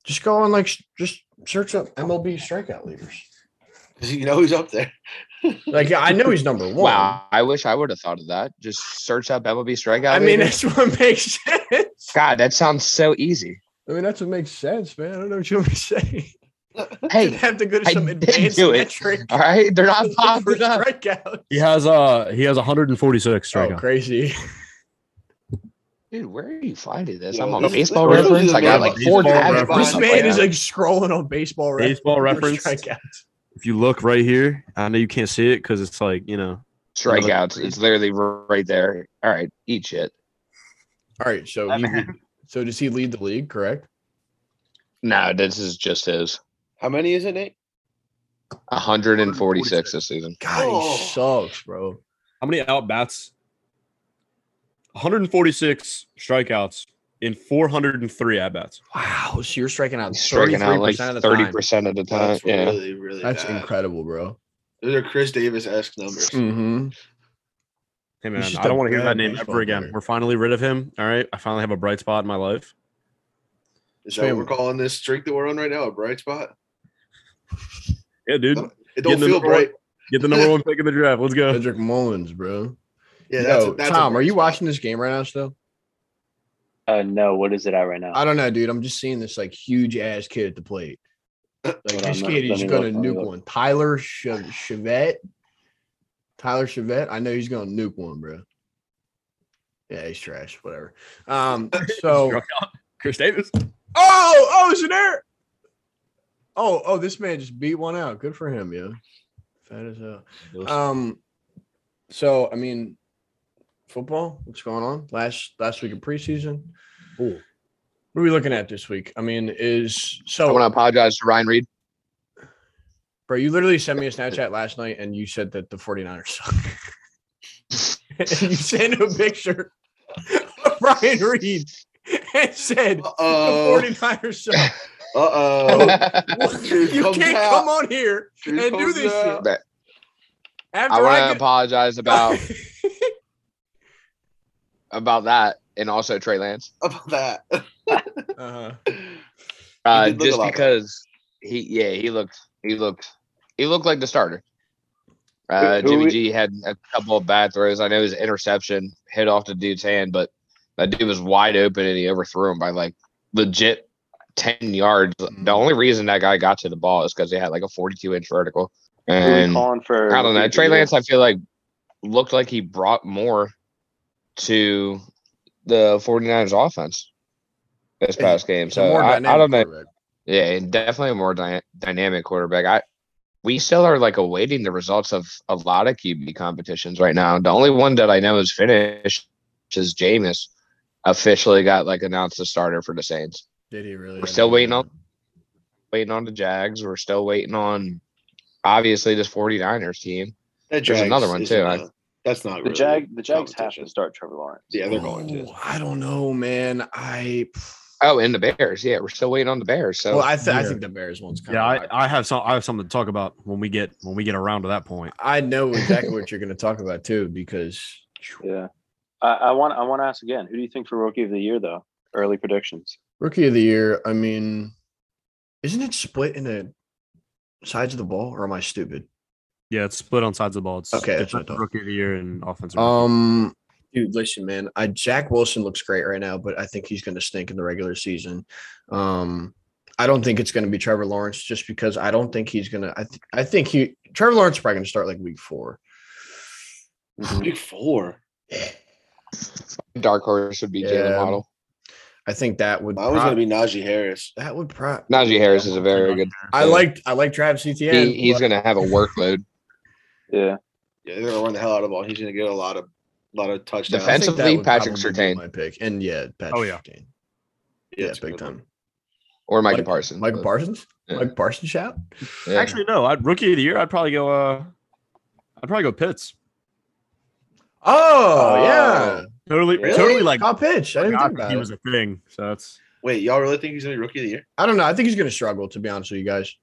S1: Just go on, like, sh- just search up MLB strikeout leaders.
S3: You know who's up there?
S1: Like, yeah, I know he's number one.
S6: Wow. I wish I would have thought of that. Just search up MLB strikeout.
S1: I mean,
S6: leader.
S1: that's what makes sense.
S6: God, that sounds so easy.
S1: I mean, that's what makes sense, man. I don't know what you want me to say. Should
S6: Hey,
S1: have to go to
S6: I
S1: some
S6: did
S1: advanced
S6: do it.
S1: metric
S6: all right, they're
S1: to (laughs)
S6: not
S1: look for
S6: popping up.
S1: strikeouts.
S7: He has uh he has 146
S1: Oh,
S7: strikeouts.
S1: crazy.
S6: Dude, where are you finding this?
S3: Yeah,
S6: I'm on
S3: this-
S6: baseball
S3: this is
S6: reference.
S3: the
S6: I
S3: man-
S6: got like four
S7: Baseball
S6: tabs.
S1: (laughs)
S7: Reference.
S1: This
S6: open
S1: man
S6: right
S1: is
S6: now.
S1: like scrolling on baseball reference. (laughs)
S7: Baseball
S1: for
S7: reference.
S1: strikeouts.
S7: If you look right here, I know you can't see it because it's like you know.
S6: (laughs) strikeouts. It's literally r- right there. All right, eat shit.
S1: All right, so he, so does he lead the league? Correct.
S6: No, this is just his
S3: How many is it, Nate?
S6: 146 this season.
S1: God,
S3: Oh.
S1: he sucks, bro.
S7: How many out bats? 146 strikeouts in 403 at bats.
S1: Wow, so you're striking out
S6: He's striking out like
S1: 33% of the time.
S6: 30% of the time.
S3: That's
S6: Uh, (laughs) Yeah.
S3: really, really.
S1: That's
S3: bad.
S1: incredible, bro.
S3: Those are Chris Davis esque numbers.
S1: Mm-hmm.
S7: Hey
S1: He's
S7: man,
S1: just
S7: I don't
S1: a
S7: want to hear
S1: bad
S7: that name
S1: baseball
S7: ever again.
S1: player.
S7: We're finally rid of him. All right, I finally have a bright spot in my life.
S3: Is that what
S1: Swim.
S3: we're calling this streak that we're on right now? A bright spot?
S7: Yeah, dude,
S3: It don't
S7: Getting the
S3: feel
S7: number one-
S3: bright.
S7: get the (laughs) number one pick in the draft. Let's go.
S1: Cedric Mullins, bro. Yo,
S3: Yeah, that's, a- that's a
S1: Tom, are
S3: bright
S1: you
S3: spot.
S1: watching this game right now still?
S2: Uh, no, what is it at right now?
S1: I don't know, dude. I'm just seeing this like huge ass kid at the plate. Like
S2: Hold
S1: this
S2: on, let-
S1: kid
S2: let
S1: is
S2: me
S1: gonna
S2: look, let me
S1: nuke
S2: look.
S1: one. Tyler Chev- Chevette. Tyler Chevette. I know he's gonna nuke one, bro. Yeah, he's trash. Whatever. Um, so
S7: Struck out. Chris Davis.
S1: Oh, oh, it's an error. Oh, oh, this man just beat one out. Good for him, yeah. Fat as hell. Um, so I mean, football. What's going on? Last last week of preseason.
S7: Ooh.
S1: What are we looking at this week? I mean, is
S6: I
S1: so
S6: want to apologize to Ryan Reed.
S1: bro? You literally sent me a Snapchat last night, and you said that the 49ers suck. (laughs) And you sent a picture of Brian Reed and said (laughs)
S3: Uh-oh.
S1: the 49ers suck. (laughs)
S3: Uh oh. Truth
S1: you
S3: comes
S1: can't
S3: out.
S1: come on here and do this
S3: (laughs)
S1: shit.
S6: But
S1: After
S6: I
S1: I
S6: want to
S1: get-
S6: apologize about about that and also Trey Lance.
S3: about that.
S1: (laughs)
S3: (laughs)
S1: Uh-huh.
S6: Uh,
S3: did look a
S6: just
S3: lot better.
S6: because he, yeah, he looked, he looked, he looked like the starter. Uh,
S2: Who- who
S6: Jimmy
S2: i-
S6: G had a couple of bad throws. I know his interception hit off the dude's hand, but that dude was wide open and he overthrew him by like legit ten yards. The only reason that guy got to the ball is because they had like a forty-two inch vertical.
S2: Who are we
S6: And
S2: calling for?
S6: I don't know.
S2: MVP
S6: Trey
S2: here?
S6: Lance, I feel like looked like he brought more to the 49ers offense this past game.
S1: It's
S6: So
S1: a more
S6: I, I
S1: dynamic
S6: don't know.
S1: quarterback.
S6: Yeah, and definitely a more dy- dynamic quarterback. I we still are like awaiting the results of a lot of QB competitions right now. The only one that I know is finished is Jameis officially got like announced the starter for the Saints.
S1: Did he really?
S6: We're still waiting on waiting on the Jags. We're still waiting on obviously this 49ers team.
S3: That
S6: There's
S3: Jags
S6: another one,
S3: isn't
S6: too. I-
S3: a- that's not
S2: The
S3: really
S2: Jag the Jags have
S3: competition.
S2: to start Trevor Lawrence.
S3: Yeah, they're going to.
S1: Oh, I don't know, man. I
S6: Oh, and the Bears. Yeah, we're still waiting on the Bears. So
S1: well, I, th- I
S7: Yeah.
S1: think the Bears one's coming.
S7: Yeah, I, I have some. I have something to talk about when we get when we get around to that point.
S1: I know exactly what you're going to talk about too, because
S2: Yeah. I, I want I want to ask again, who do you think for rookie of the year though? Early predictions.
S1: rookie of the year. I mean, isn't it split into sides of the ball, or am I stupid?
S7: Yeah, it's split on sides of the ball. It's
S1: Okay, that's what I
S7: defensive
S1: thought.
S7: rookie of the year and offensive. rookie.
S1: Um, dude, listen, man. I Jack Wilson looks great right now, but I think he's going to stink in the regular season. Um, I don't think it's going to be Trevor Lawrence just because I don't think he's going to. I th- I think he Trevor Lawrence is probably going to start like week four.
S3: Big four.
S6: Dark Horse would be Jalen
S1: Yeah.
S6: Waddle.
S1: I think that would.
S3: Mine was
S1: prob-
S3: going to be Najee Harris.
S1: that would pro-
S6: Najee Harris is a very good.
S1: I liked I like Travis Etienne.
S6: He, he's
S1: but
S6: going to have a workload.
S2: Yeah.
S3: Yeah, they're going to run the hell out of him. He's going to get a lot of lot of touchdowns.
S1: I think
S6: Defensive-
S1: that
S6: Defensively,
S1: would
S6: Patrick
S1: probably be
S6: Surtain.
S1: my pick, and yeah, Patrick
S7: Oh, yeah.
S1: Surtain.
S3: Yeah,
S1: Yeah,
S3: it's a
S1: big
S3: good one.
S1: time.
S6: Or Micah
S1: Mike-
S6: Parsons.
S1: Mike Parsons,
S6: Yeah.
S1: Mike Parsons shout.
S6: Yeah.
S7: Actually, no. I'd rookie of the year. I'd probably go. Uh, I'd probably go Pitts.
S1: Oh,
S2: Oh.
S1: yeah,
S7: Totally,
S2: Really?
S7: totally like.
S1: top pitch. I didn't
S7: forgot
S1: think
S7: that
S1: about
S7: he
S1: it.
S7: was a thing. So that's.
S3: Wait, y'all really think he's going to be rookie of the year?
S1: I don't know. I think he's going to struggle, to be honest with you guys.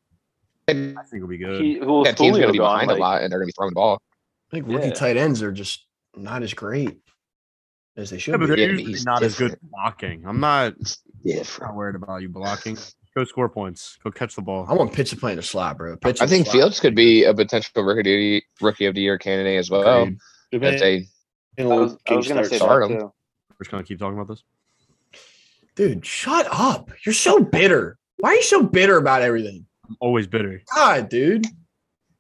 S7: I think it'll be good.
S2: He, well,
S6: that team's
S2: Julio
S6: going to be
S2: gone,
S6: behind
S2: like-
S6: a lot, and they're going to be throwing the ball.
S1: I think rookie
S2: Yeah.
S1: tight ends are just not as great as they should
S7: yeah, but they're
S1: be.
S6: Yeah, but
S7: usually
S6: he's
S7: not as good at blocking. I'm not
S6: Yeah,
S7: not worried about you blocking. Go score points. Go catch the ball.
S1: I want Pitts to play in the slot, bro. Pitts
S6: I
S1: in the
S6: think
S1: slot.
S6: Fields could be a potential rookie of the year, rookie of the year candidate as well.
S1: Agreed.
S6: If
S2: (laughs)
S6: they
S3: Depending
S2: I
S3: on
S2: was,
S3: what
S2: I
S3: team
S2: was going to
S3: starts.
S2: say
S6: start
S2: that
S6: him.
S2: too.
S7: We're just gonna keep talking about this.
S1: Dude, shut up. You're so bitter. Why are you so bitter about everything?
S7: I'm always bitter.
S1: God, dude.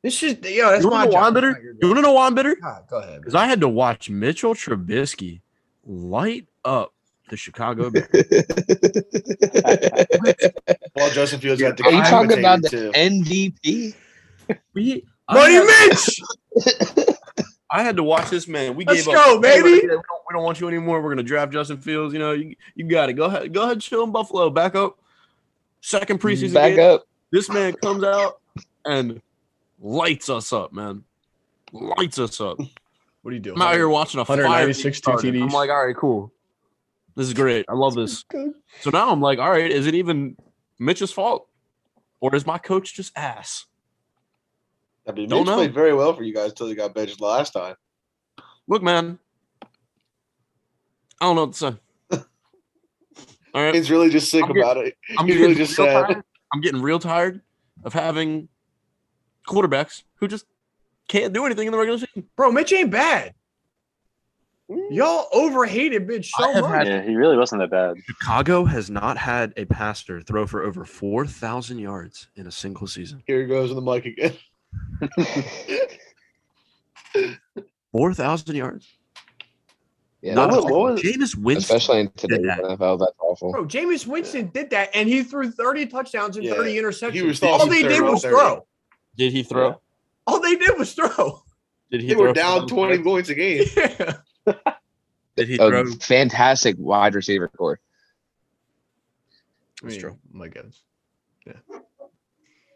S1: This is yo. That's
S7: You
S1: my
S7: wanna know why I'm
S1: job.
S7: bitter?
S1: Not your
S7: You
S1: job.
S7: wanna know why I'm bitter?
S1: God, go ahead.
S7: Because I had to watch Mitchell Trubisky light up the Chicago
S1: (laughs)
S7: Bears.
S3: Well, Justin Fields got the
S6: Are you talking about the
S3: too.
S6: MVP?
S7: We, I,
S1: Money
S7: had, (laughs)
S1: Mitch.
S7: I had to watch this man. We
S1: Let's
S7: gave
S1: go,
S7: up. Hey,
S1: baby.
S7: We don't, we don't want you anymore. We're gonna draft Justin Fields. You know, you, you got it. Go ahead, go ahead, chill in Buffalo. Back up. Second preseason
S6: Back
S7: game.
S6: up.
S7: This man comes out and lights us up, man. Lights us up.
S1: What are you doing?
S7: I'm out here watching a
S1: 196
S7: 196
S1: two
S7: I'm
S1: TDs.
S7: like, all right, cool. This is great. I love this.
S1: Good.
S7: So now I'm like, all right, is it even Mitch's fault? Or is my coach just ass?
S3: I mean,
S7: Don't
S3: Mitch
S7: know.
S3: played very well for you guys until he got benched last time.
S7: Look, man. I don't know what to say. All right.
S3: He's really just sick
S7: I'm
S3: about it.
S7: I'm
S3: he's
S7: getting,
S3: really just
S7: real
S3: sad.
S7: tired. I'm getting real tired of having quarterbacks who just can't do anything in the regular season.
S1: Bro, Mitch ain't bad. Y'all overhated Mitch
S7: I
S1: so
S7: have
S1: much.
S7: had-
S2: Yeah, he really wasn't that bad.
S7: Chicago has not had a passer throw for over 4,000 yards in a single season.
S3: Here he goes on the mic again.
S7: 4,000 yards?
S6: Yeah,
S2: Not
S6: that's
S2: what- what was-
S7: Jameis Winston.
S6: especially in today's
S7: that.
S6: NFL. That's awful.
S1: Bro, Jameis Winston did that, and he threw 30 touchdowns and
S3: Yeah.
S1: 30
S3: He
S1: interceptions.
S3: was
S1: All
S3: also
S1: they did
S3: third
S1: was
S3: on third.
S1: throw.
S7: Did he throw?
S1: All they did was throw. (laughs)
S7: Did he
S3: They
S7: throw
S3: were down
S7: for-
S3: 20 points a
S6: (laughs)
S3: game.
S1: Yeah.
S7: Did he
S6: A
S7: throw?
S6: fantastic wide receiver core.
S7: That's true.
S1: My God.
S3: Yeah,
S6: Chris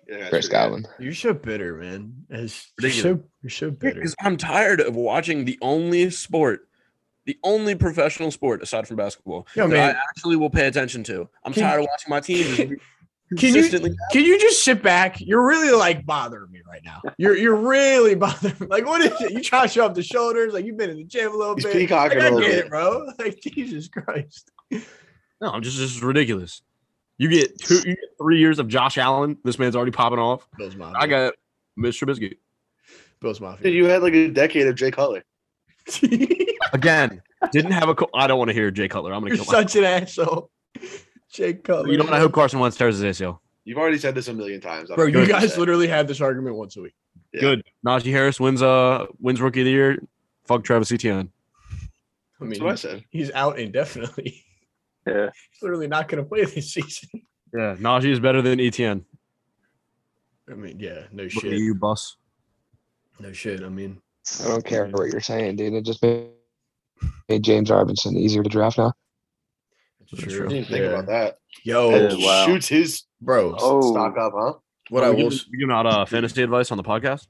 S3: that's pretty
S6: Godwin.
S1: You're so bitter, man. It's- you're,
S7: Ridiculous.
S1: so, you're so bitter.
S7: Because I'm tired of watching the only sport, the only professional sport aside from basketball
S1: Yo,
S7: that
S1: man,
S7: I actually will pay attention to. I'm
S1: Can-
S7: tired of watching my (laughs) team just
S1: can you
S7: consistently.
S1: can you just sit back? You're really like bothering me right now. You're you're really (laughs) bothering. me. Like, what is it? You trying to show off the shoulders? Like, you've been in the gym a little
S3: He's
S1: bit.
S3: peacocking
S1: Like,
S3: a little
S1: I get
S3: bit.
S1: it, bro. (laughs) Like, Jesus Christ.
S7: No, I'm just this is ridiculous. You get two, you get three years of Josh Allen. This man's already popping off.
S1: Bills Mafia.
S7: I got Mr. Trubisky
S1: (laughs) Bills
S3: good. Dude,
S1: Mafia.
S3: you had like a decade of Jay Cutler.
S7: again. Didn't have a. Co- I don't want to hear Jay Cutler. I'm
S1: (laughs)
S7: gonna
S1: you're
S7: (laughs) kill myself.
S1: such an asshole. Jake Cutler.
S7: You know what? I hope Carson Wentz tears his ACL.
S3: You've already said this a million times. I'm
S1: Bro, you
S3: good.
S1: guys literally had this argument once a week.
S3: Yeah.
S7: Good. Najee Harris wins. Uh, wins rookie of the year. Fuck Travis Etienne.
S1: I
S3: That's
S1: mean,
S3: what I said.
S1: he's out indefinitely. (laughs)
S2: Yeah.
S1: He's literally not going to play this season.
S7: Yeah, Najee is better than Etn.
S1: I mean, yeah, no
S7: Look at
S1: shit.
S7: you, bus.
S1: No shit. I mean,
S6: I don't care what you're saying, dude. It just made made James Robinson easier to draft now.
S1: it's
S7: That's
S1: true.
S3: I
S7: true.
S3: didn't think
S1: Yeah. Oh,
S3: about that.
S1: Yo,
S2: That
S3: That
S2: is wow.
S3: shoots his
S1: bro,
S2: Oh.
S3: stock up, huh?
S1: what I
S7: we
S1: will
S7: giving,
S1: s-
S7: we giving out uh, fantasy advice on the podcast?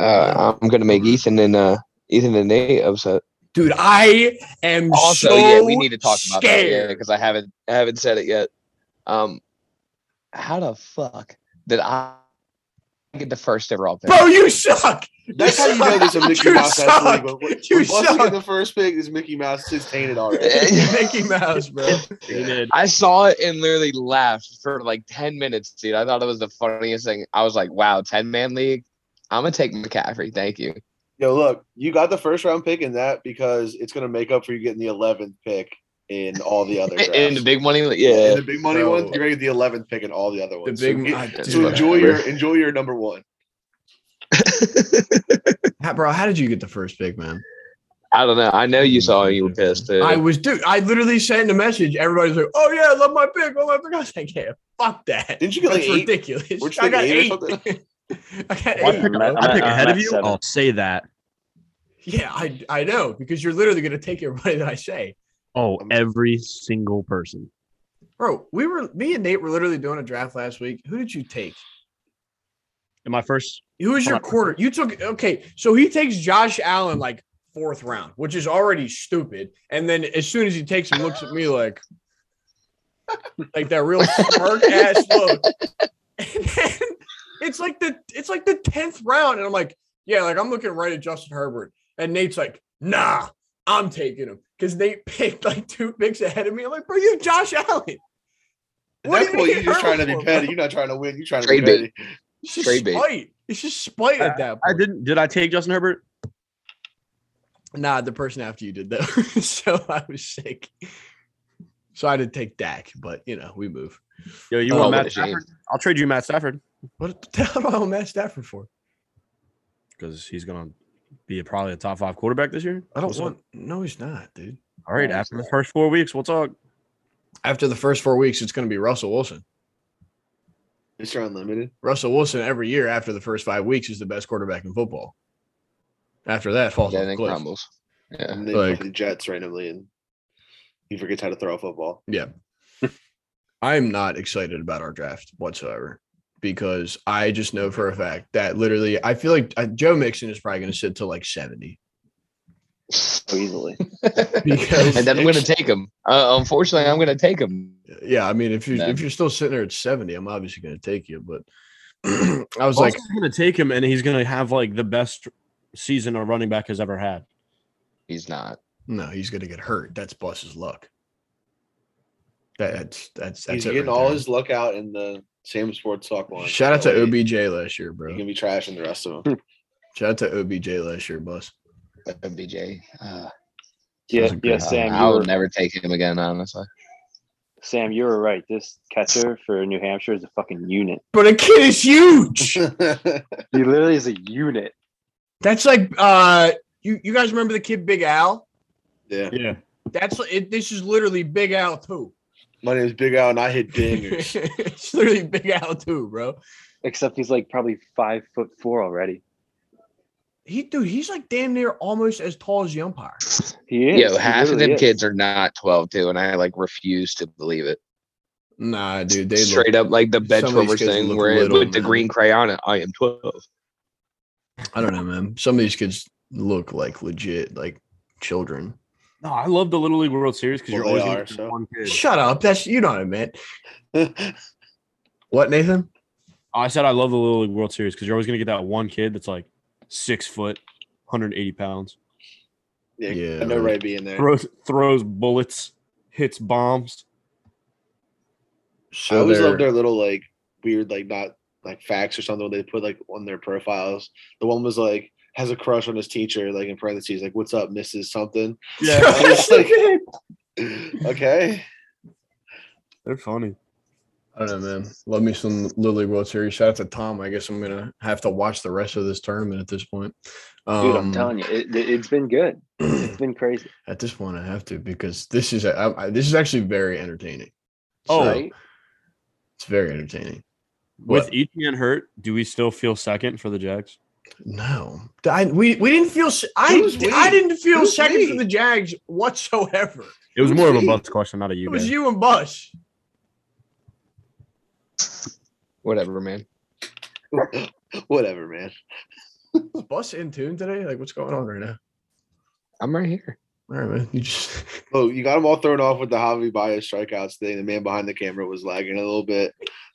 S6: Uh, I'm gonna make Ethan and uh, Ethan and Nate upset.
S1: dude, I am
S6: Also,
S1: so
S6: yeah, we need to talk about that. Yeah,
S1: scared.
S6: because I haven't I haven't said it yet. Um, how the fuck did I get the first overall pick?
S1: Bro, you suck.
S3: That's how you know there's a
S1: (laughs)
S3: Mickey
S1: You
S3: Mouse
S1: suck.
S3: athlete. When,
S1: (laughs)
S3: when
S1: You
S3: Buster
S1: suck.
S3: get the first pick is Mickey Mouse is tainted already.
S1: (laughs)
S3: (laughs)
S1: Mickey Mouse, bro.
S6: I saw it and literally laughed for like 10 minutes, dude. I thought it was the funniest thing. I was like, wow, 10 man league. I'm going to take McCaffrey. Thank you.
S3: Yo, look, you got the first round pick in that because it's gonna make up for you getting the eleventh pick in all the other drafts.
S6: (laughs) In the big money, league,
S3: In
S6: yeah.
S3: the big money
S1: Bro.
S3: one, you're gonna get the eleventh pick in all the other
S1: The
S3: ones.
S1: big, (laughs)
S3: so,
S1: I,
S3: get-
S6: Dude,
S3: so
S6: I-
S3: enjoy your enjoy your number one.
S1: How- bro, how did you get the first pick, man?
S6: I don't know. I know you saw
S1: Mm-hmm.
S6: it, you were pissed, dude.
S1: I was, dude. I literally sent a message. Everybody's like, "Oh yeah, I love my pick. Oh my pick." (laughs) I was like, "Yeah, fuck that."
S3: Didn't you get, like,
S1: That's
S3: eight?
S1: ridiculous.
S3: Weren't you,
S1: I
S3: like,
S1: got eight.
S3: eight or
S1: (laughs) I got
S2: Why
S1: eight.
S2: pick-
S1: bro.
S2: I-
S7: I pick
S2: I'm
S7: ahead
S2: at
S7: of you.
S2: seven.
S7: I'll say that.
S1: Yeah, I I know because you're literally gonna take (laughs) everybody that I say,
S7: Oh,
S3: I'm-
S7: every single person.
S1: bro. We were me and Nate were literally doing a draft last week. Who did you take?
S7: In my first,
S1: Who was your
S7: Hold on.
S1: quarter? You took okay, so he takes Josh Allen like fourth round, which is already stupid. And then as soon as he takes him, looks at me like, (laughs) like that real smirk ass look. And then it's like the it's like the tenth round, and I'm like, yeah, like I'm looking right at Justin Herbert, and Nate's like, nah, I'm taking him because Nate (laughs) picked like two picks ahead of me. I'm like, bro, you have Josh Allen.
S3: At
S1: What do
S3: that
S1: you
S3: point,
S1: get
S3: you're
S1: hurt
S3: just trying to be
S1: for,
S3: petty.
S1: bro?
S3: You're not trying to win. You're trying to
S6: Trade
S3: be petty.
S6: bait.
S1: It's just
S6: Straight bait.
S1: spite. It's just spite at that point.
S7: I didn't. Did I take Justin Herbert?
S1: Nah, the person after you did though. (laughs) so I was sick. So I didn't take Dak, but you know, we move.
S7: Yo, you
S6: Oh,
S7: want
S6: what a
S7: Matt
S6: shame.
S7: Stafford? I'll trade you Matt Stafford
S1: What the (laughs) hell do I want Matt Stafford for?
S7: because he's gonna be a, probably a top five quarterback this year.
S1: I don't
S7: What's up?
S1: want no, he's not, dude.
S7: All right,
S6: Yeah,
S7: after the
S6: exactly.
S7: first four weeks, we'll talk.
S1: After the first four weeks, it's gonna be Russell Wilson.
S3: Mr. Unlimited.
S1: Russell Wilson every year after the first five weeks is the best quarterback in football. After that falls off
S6: then
S1: a
S6: it
S1: cliff.
S6: crumbles. Yeah.
S3: And they
S1: Like-
S3: play the Jets randomly and he forgets how to throw a football.
S1: I'm not excited about our draft whatsoever because I just know for a fact that literally I feel like uh, Joe Mixon is probably gonna sit to like
S3: (laughs)
S1: 70.
S2: So easily.
S1: Because-
S6: and then I'm going to take him. Uh, unfortunately, I'm going to take him.
S1: Yeah, I mean, if you
S6: No.
S1: if you're still sitting there at seventy, I'm obviously going to take you. But (clears throat) I was like,
S7: Also, I'm gonna take him, and he's gonna have like the best season a running back has ever had.
S6: He's not.
S1: no, he's going to get hurt. That's Bus's luck. That- That's that's that's
S3: He's
S1: it
S3: getting
S1: right
S3: all
S1: there.
S3: his luck out in the Sam Sports Talk one.
S1: Shout out to
S3: So he-
S1: OBJ last year,
S3: He
S1: bro.
S3: can be trashing the
S1: (laughs)
S3: rest of them. (laughs)
S1: Shout out to OBJ last year, Bus.
S6: BJ. Uh,
S2: Yeah,
S1: Sounds
S2: yeah,
S1: great.
S2: Sam.
S6: I
S2: you
S6: will
S2: were-
S6: never take him again, honestly.
S2: Sam, you were right. This catcher for New Hampshire is a fucking unit.
S1: But a kid is
S3: (laughs)
S1: huge.
S2: (laughs) He literally is a unit.
S1: that's like uh, you you guys remember the kid Big Al?
S3: yeah.
S7: Yeah,
S1: That's li- it, this is literally Big Al too.
S3: My name is Big Al and I hit dingers. (laughs)
S1: (laughs) it's literally Big Al too, bro.
S2: Except he's like probably five foot four already.
S1: He dude, he's like damn near almost as tall as the umpire.
S2: He is.
S6: Yo,
S2: He
S6: half of
S2: literally
S6: them
S2: is.
S6: kids are not 12, too, and I like refuse to believe it.
S1: Nah, dude, they look
S6: Straight up like the bed
S1: some of these
S6: covers
S1: kids
S6: thing
S1: look
S6: where it-
S1: little,
S6: with the
S1: man.
S6: green crayon, and I am 12.
S1: I don't know, man. Some of these kids look like legit, like children.
S7: no, I love the Little League World Series because
S3: Well,
S7: you're always
S3: they
S7: gonna
S3: are,
S7: get
S3: so.
S7: one kid.
S1: Shut up. That's you know what I meant.
S3: That's
S1: What, Nathan?
S7: I said I love the Little League World Series because you're always gonna get that one kid that's like six foot, 180 pounds,
S3: Yeah,
S1: Yeah,
S3: no
S1: man.
S3: right being there.
S7: throws throws bullets, hits bombs.
S3: I
S1: So
S3: always
S1: they're-
S3: love their little like weird like not like facts or something they put like on their profiles. The one was like has a crush on his teacher, like in parentheses, like "What's up, Mrs. Something." (laughs) I was just like,
S1: (laughs)
S3: (laughs) okay.
S7: (laughs) They're funny.
S1: I don't know, man. Love me some Lily World Series. Shout out to Tom. I guess I'm gonna have to watch the rest of this tournament at this point. Um,
S2: Dude, I'm telling you, it, it, has been good.
S1: (clears throat)
S2: It's been crazy.
S1: At this point, I have to because this is I, I- this is actually very entertaining.
S7: Oh.
S1: So, it's very entertaining.
S7: With
S1: What?
S7: ETN hurt, do we still feel second for the Jags?
S1: No, I, we we didn't feel. s- I
S3: Who's we?
S1: I didn't feel
S3: Who's
S1: second
S3: we?
S1: for the Jags whatsoever.
S7: It was
S3: Who's
S7: more of a
S3: he?
S7: bust question, not a you.
S1: It was
S7: guys.
S1: you and Bush.
S6: Whatever, man.
S3: Whatever, man.
S1: Is Bush in tune today? Like, what's going on right now?
S6: I'm right here.
S1: All right, man. You just
S3: Oh, you got him all thrown off with the Javi Baez strikeouts thing. The man behind the camera was lagging a little bit.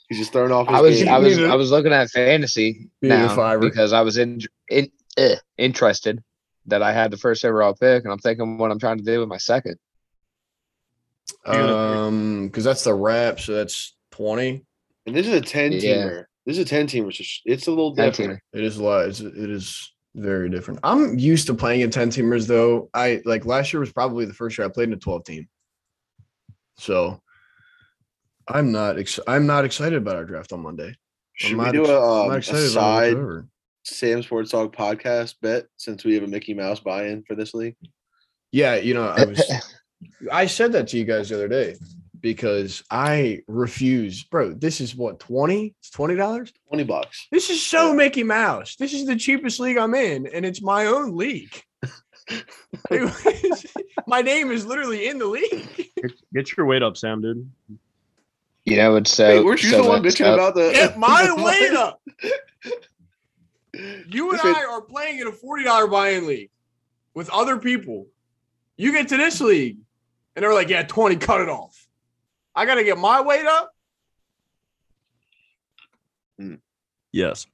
S3: He's just thrown off. His
S6: I was
S3: game.
S6: I was
S1: Need a-
S6: I was looking at fantasy
S1: Need a
S6: now
S1: fiver.
S6: because I was in, in eh, interested that I had the first overall pick, and I'm thinking what I'm trying to do with my second.
S1: (laughs) um, because that's the wrap. So that's twenty.
S3: and this is a ten teamer.
S6: Yeah.
S3: This is a ten teamer. So sh- it's a little
S6: Ten
S3: different.
S1: It is a lot. It's, it is very different. I'm used to playing in 10 teamers though. I like last year was probably the first year I played in a 12 team. So I'm not ex- I'm not excited about our draft on Monday.
S3: Should
S1: I'm
S3: we
S1: not
S3: do
S1: ex-
S3: a,
S1: I'm
S3: um,
S1: not
S3: a
S1: excited about it
S3: side
S1: whatsoever.
S3: Sam Sports Talk podcast bet since we have a Mickey Mouse buy-in for this league?
S1: Yeah, you know, I
S3: (laughs)
S1: was I said that to you guys the other day because I refuse, bro. This is what 20? It's twenty dollars?
S3: Twenty bucks.
S1: This is so Mickey Mouse. This is the cheapest league I'm in, and it's my own (laughs) league. (laughs) my name is literally in the (laughs) league.
S7: Get your weight up, Sam, dude.
S6: You know, it's so.
S3: Wait, weren't you
S6: so
S3: the one
S6: messed
S3: bitching
S6: up.
S3: about the?
S1: Get
S3: (laughs)
S1: my weight (laughs) up. You and
S3: If it-
S1: I are playing in a $40 buy-in league with other people. You get to this league, and they're like, yeah, 20, cut it off. I gotta get my weight up.
S7: (laughs) Yes.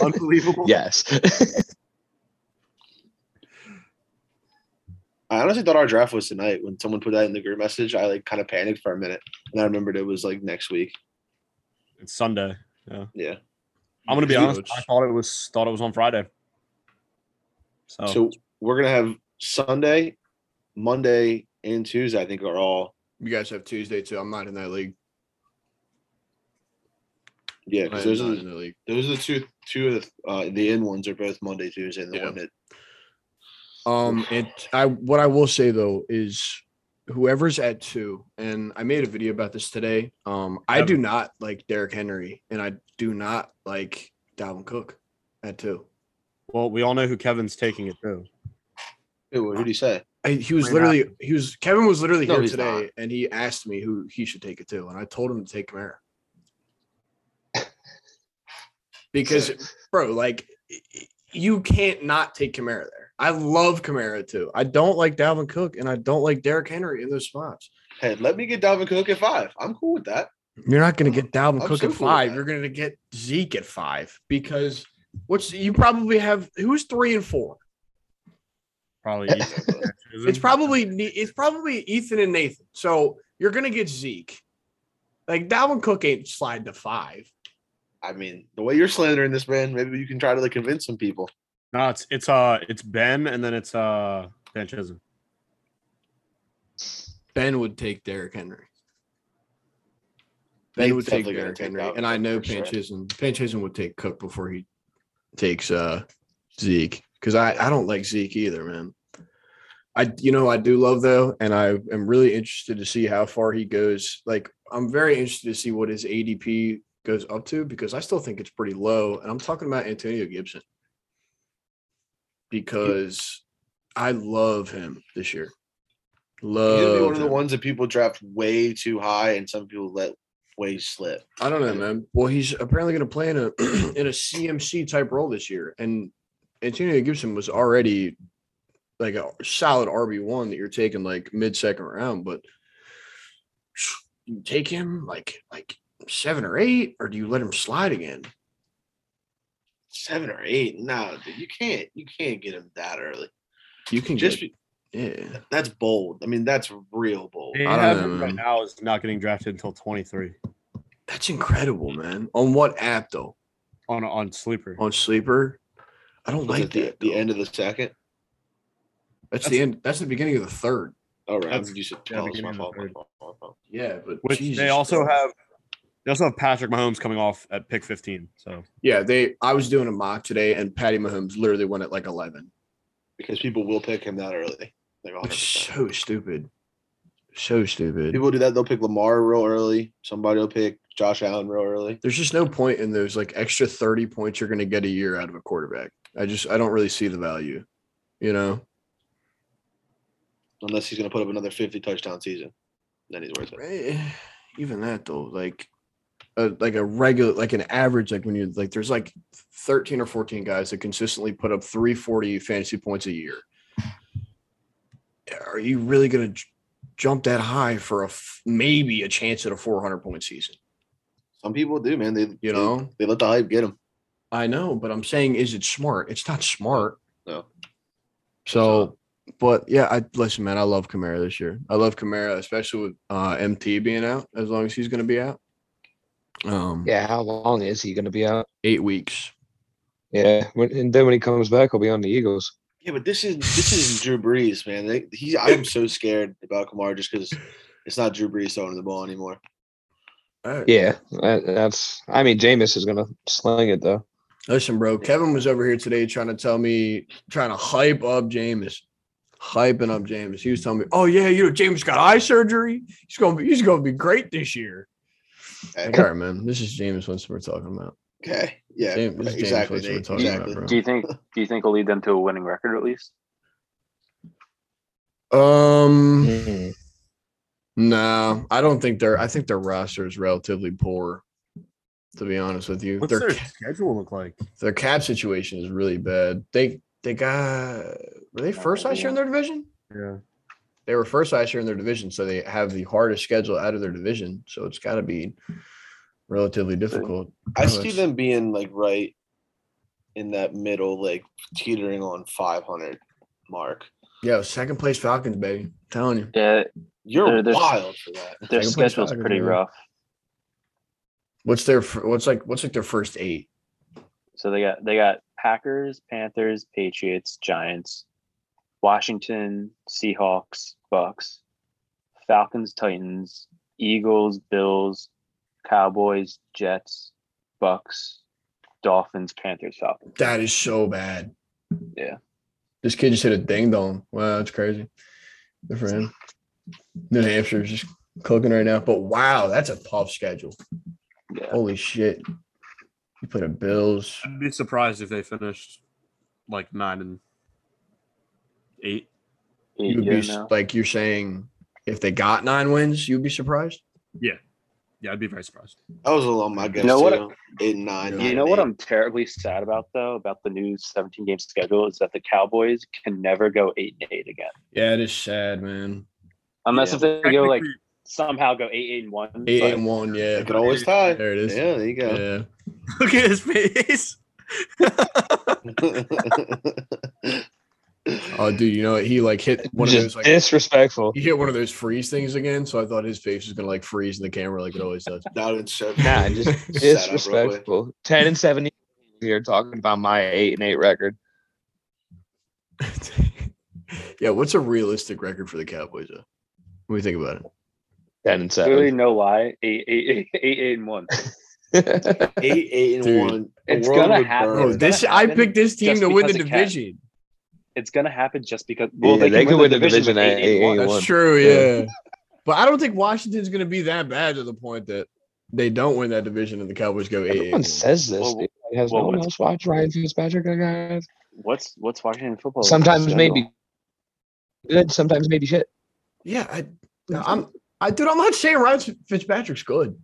S7: Unbelievable.
S6: Yes. (laughs)
S3: I honestly thought our draft was tonight. When someone put that in the group message, I like kind of panicked for a minute, and I remembered it was like next week.
S7: It's Sunday.
S3: Yeah.
S7: I'm gonna be
S1: Yeah.
S7: honest. I thought it was thought it was on Friday. So,
S3: So we're gonna have Sunday, Monday, and Tuesday. I think are all
S1: You guys have Tuesday too. I'm not in that league.
S3: yeah.
S1: I
S3: Because
S1: am
S3: those
S1: not
S3: are the,
S1: in that league.
S3: those are the two two of the uh, the in ones are both Monday, Tuesday, and the
S1: Yeah.
S3: one that
S1: Um, it I what I will say though is whoever's at two, and I made a video about this today. Um, I do not like Derrick Henry, and I do not like Dalvin Cook at two.
S7: well, we all know who Kevin's taking it to.
S3: who who do you say?
S1: I, he was
S7: Why not?
S1: literally he was Kevin was literally
S3: No,
S1: here
S3: he's
S1: today,
S3: not.
S1: and he asked me who he should take it to, and I told him to take
S3: (laughs)
S1: Kamara. because bro, like you can't not take Kamara there. I love Kamara too. I don't like Dalvin Cook, and I don't like Derrick Henry in those spots.
S3: Hey, let me get Dalvin Cook at five. I'm cool with that.
S1: You're not going to get Dalvin
S3: Oh, I'm
S1: Cook
S3: so
S1: at
S3: cool with
S1: five.
S3: that.
S1: You're going to get Zeke at five because what's you probably have who's three and four.
S7: (laughs) Probably
S1: It's probably Ne- it's probably Ethan and Nathan. So you're going to get Zeke. Like Dalvin Cook ain't slide to five.
S3: I mean, the way you're slandering this man, maybe you can try to like convince some people.
S7: no. It's it's uh it's Ben and then it's uh Ben Chisholm.
S1: Ben would take Derrick Henry.
S3: Nate's
S1: Ben would take
S3: definitely gonna
S1: Derrick
S3: take
S1: Henry,
S3: Dalvin
S1: and I
S3: Cook
S1: know
S3: for sure.
S1: Panchison. Panchison would take Cook before he takes uh Zeke because I I don't like Zeke either, man. I you know I do love though, and I am really interested to see how far he goes. Like I'm very interested to see what his ADP goes up to because I still think it's pretty low, and I'm talking about Antonio Gibson because I love him this year.
S3: He's gonna be
S1: Love
S3: one of the
S1: him.
S3: ones that people draft way too high, and some people let way slip.
S1: I don't know, man. Well, he's apparently going to play in a (clears throat) in a CMC type role this year, and Antonio Gibson was already like a solid RB one that you're taking like mid second round, but you take him like like seven or eight, or do you let him slide again?
S3: Seven or eight? No, dude, you can't. You can't get him that early.
S1: You can
S3: Just
S1: just
S3: be,
S1: yeah.
S3: that's bold. I mean, that's real bold.
S1: I don't know,
S7: right
S1: man.
S7: now is not getting drafted until 23
S1: That's incredible, man. On what app though?
S7: on on sleeper.
S1: On Sleeper. I don't
S3: Was
S1: like
S3: it the,
S1: that.
S3: the
S1: though.
S3: end of the second.
S1: That's the end. That's the beginning of the third.
S3: All Oh, right,
S7: That's-
S3: you said
S7: yeah,
S3: twelve. is my
S7: beginning of
S3: fault,
S7: the
S3: my
S7: third.
S3: fault, my fault.
S1: Yeah, but
S7: Which
S1: Jesus
S7: they also
S1: Christ.
S7: have They also have Patrick Mahomes coming off at pick 15. So
S1: Yeah, they. I was doing a mock today, and Patty Mahomes literally went at like eleven.
S3: because people will pick him that early. Like
S1: Which is
S3: 100%.
S1: so stupid. So stupid.
S3: People do that. They'll pick Lamar real early. Somebody will pick Josh Allen real early.
S1: There's just no point in those like extra thirty points you're going to get a year out of a quarterback. I just I don't really see the value. You know,
S3: Unless he's going to put up another 50 touchdown season. Then he's worth it.
S1: Eh, even that though, like. A, like a regular, like an average, like when you like, there's like 13 or 14 guys that consistently put up 340 fantasy points a year. Are you really going to j- jump that high for a f- maybe a chance at a 400 point season?
S3: Some people do, man. They
S1: You
S3: they-
S1: know,
S3: they, let the hype get them.
S1: I know, but I'm saying, is it smart? It's not smart.
S3: No.
S1: So, but yeah, I listen, man. I love Kamara this year. I love Kamara, especially with uh, MT being out. As long as he's going to be out, um,
S6: Yeah, how long is he going to be out?
S1: eight weeks.
S6: Yeah, when, and then when he comes back, he'll be on the Eagles.
S3: Yeah, but this is this is Drew Brees, man. They, he, I'm so scared about Kamara just because it's not Drew Brees throwing the ball anymore.
S1: All right.
S6: Yeah, that, that's. I mean, Jameis is going to sling it though.
S1: Listen, bro. Kevin was over here today trying to tell me, trying to hype up Jameis, hyping up Jameis. He was telling me, "Oh yeah, you know, Jameis got eye surgery. He's gonna be, he's gonna be great this year." Like, all right, man. This is Jameis Winston we're talking about.
S3: Okay. Yeah.
S1: James-
S3: right,
S1: this is James
S3: exactly.
S1: Winston we're
S3: Nate,
S1: talking about,
S3: exactly.
S1: bro.
S2: Do you think? Do you think will lead them to a winning record at least?
S1: Um.
S6: Mm.
S1: No, I don't think they're. I think their roster is relatively poor. To be honest with you,
S7: what's
S1: their
S7: their, schedule look like?
S1: their cap situation is really bad. They they got were they first last year in their division?
S7: Yeah.
S1: They were first last year in their division, so they have the hardest schedule out of their division. So it's got to be relatively difficult.
S3: I
S1: Oh,
S3: see
S1: it's-
S3: them being like right in that middle, like teetering on 500 mark.
S1: Yeah, second place Falcons, baby. I'm telling you,
S2: Yeah,
S3: You're
S2: They're- they're-
S3: wild for that.
S2: their
S1: Second place
S2: schedule's
S1: Falcons,
S2: pretty
S1: yeah.
S2: rough.
S1: what's their fir- what's like what's like their first eight?
S2: So they got they got Packers, Panthers, Patriots, Giants, Washington, Seahawks, Bucks, Falcons, Titans, Eagles, Bills, Cowboys, Jets, Bucks, Dolphins, Panthers, Falcons.
S1: That is so bad.
S2: Yeah.
S1: This kid just hit a ding dong. Wow, that's crazy. Good for him. New Hampshire's just cooking right now. But wow, that's a tough schedule.
S2: Yeah.
S1: Holy shit. You play the Bills.
S7: I'd be surprised if they finished like nine and eight.
S2: Eight
S1: You would be
S2: year
S1: s-
S2: now.
S1: like you're saying if they got nine wins, you'd be surprised.
S7: Yeah, I'd be very surprised.
S3: I was along my guess.
S2: know what?
S3: too. Eight and nine.
S2: You know what I'm terribly sad about though about the new 17 game schedule is that the Cowboys can never go eight and eight again
S1: Yeah, it is sad, man.
S2: unless
S3: Yeah.
S2: if they go like somehow go eight eight and one.
S1: Eight
S2: but-
S1: and one.
S3: I
S1: Yeah.
S3: could always tie.
S1: There it is.
S3: Yeah, there you go.
S1: Yeah.
S7: Look at his face.
S3: (laughs)
S1: Oh, dude, you know what? He like hit one of
S6: Just
S1: those like
S6: disrespectful.
S1: he hit one of those freeze things again. So I thought his face was gonna like freeze in the camera like it always does.
S3: Not in so (laughs)
S6: Nah, just
S3: Set up real quick.
S6: disrespectful. Ten and seven. You're talking about my eight and eight record.
S1: yeah, what's a realistic record for the Cowboys? Though? When we think about it,
S6: Ten and
S2: Literally,
S6: seven.
S2: no lie. Eight, eight, eight, eight, eight and one.
S6: (laughs)
S3: eight, eight, and
S1: Dude, Oh,
S3: one.
S2: it's
S3: world
S2: gonna
S3: would
S2: happen.
S3: burn.
S2: Bro, that- this- I picked
S1: this
S2: team just to win because the it can. division. It's gonna happen just because. Well,
S6: Yeah,
S2: they, can win the division,
S6: at
S2: with eight, eight,
S6: eight,
S2: and
S6: eight.
S2: one.
S1: That's
S6: won.
S1: true, yeah.
S6: Yeah.
S1: but I don't think Washington's going to be that bad to the point that they don't win that division and the Cowboys go eight.
S6: Everyone says this.
S2: Well,
S6: dude. Has
S2: well,
S6: no one
S2: what's-
S6: else watched Ryan Fitzpatrick? Guys?
S2: What's what's Washington football?
S6: Sometimes
S2: schedule?
S6: maybe good. Sometimes maybe shit.
S1: Yeah, I, no, I'm, I, dude, I'm not saying Ryan Fitzpatrick's good.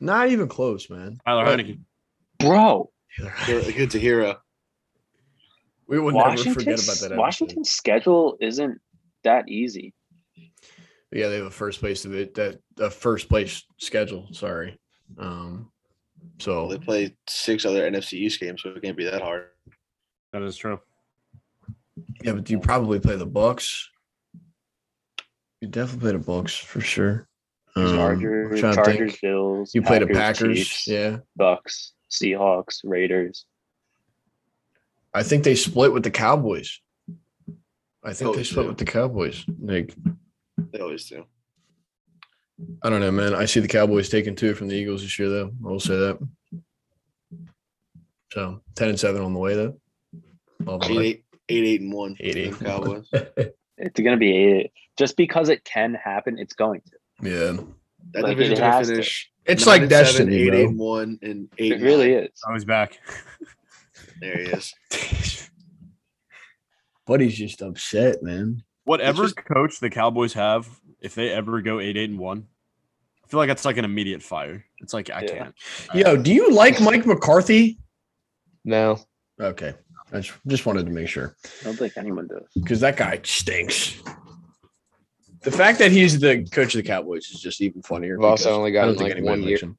S1: Not even close, man.
S7: Tyler
S1: But-
S7: Heineke.
S2: bro.
S3: You're a good to hero.
S1: (laughs) We will never
S2: Washington's
S1: forget about that. episode.
S2: Washington's schedule isn't that easy.
S1: Yeah, they have a first place of it that a first place schedule. Sorry. Um, so
S3: Well, They play six other NFC East games, so it can't be that hard.
S7: That is true.
S1: yeah, but you probably play the Bucks. You definitely play the Bucks for sure. Um, I'm
S2: Chargers,
S1: trying to think.
S2: Chargers, Bills.
S1: You play the Packers.
S2: Chiefs,
S1: Yeah,
S2: Bucks, Seahawks, Raiders.
S1: I think they split with the Cowboys. I think
S3: Oh,
S1: they
S3: they
S1: split
S3: do.
S1: with the Cowboys. Like,
S3: They always do.
S1: I don't know, man. I see the Cowboys taking two from the Eagles this year, though. I will say that. So ten and seven on the way, though. Love
S3: Eight, eight, eight, eight, and one.
S1: Eight, eight, and (laughs)
S3: Cowboys.
S1: it.
S2: It's gonna be eight. Just because it can happen, it's going to.
S1: yeah,
S3: That
S2: Like, it
S3: division's gonna
S2: has to.
S3: finish.
S1: it's
S3: nine
S1: like
S3: and seven,
S1: destiny,
S3: eight,
S1: bro.
S3: eight, and one, and eight.
S2: It really is.
S7: I was Oh, back.
S3: There he is.
S1: (laughs) Buddy's just upset, man.
S7: Whatever
S3: It's
S7: coach the Cowboys have, if they ever go eight eight and one, I feel like that's like an immediate fire. It's like I
S2: Yeah.
S7: can't.
S1: Yo, do you like Mike McCarthy?
S6: No.
S1: Okay, I just- just wanted to make sure
S2: I don't think anyone does.
S1: because that guy stinks. The fact that he's the coach of the Cowboys is just even funnier.
S6: We've also
S1: because
S6: only
S1: I don't
S6: gotten,
S1: think
S6: like,
S1: anybody
S6: one
S1: likes
S6: year.
S1: him.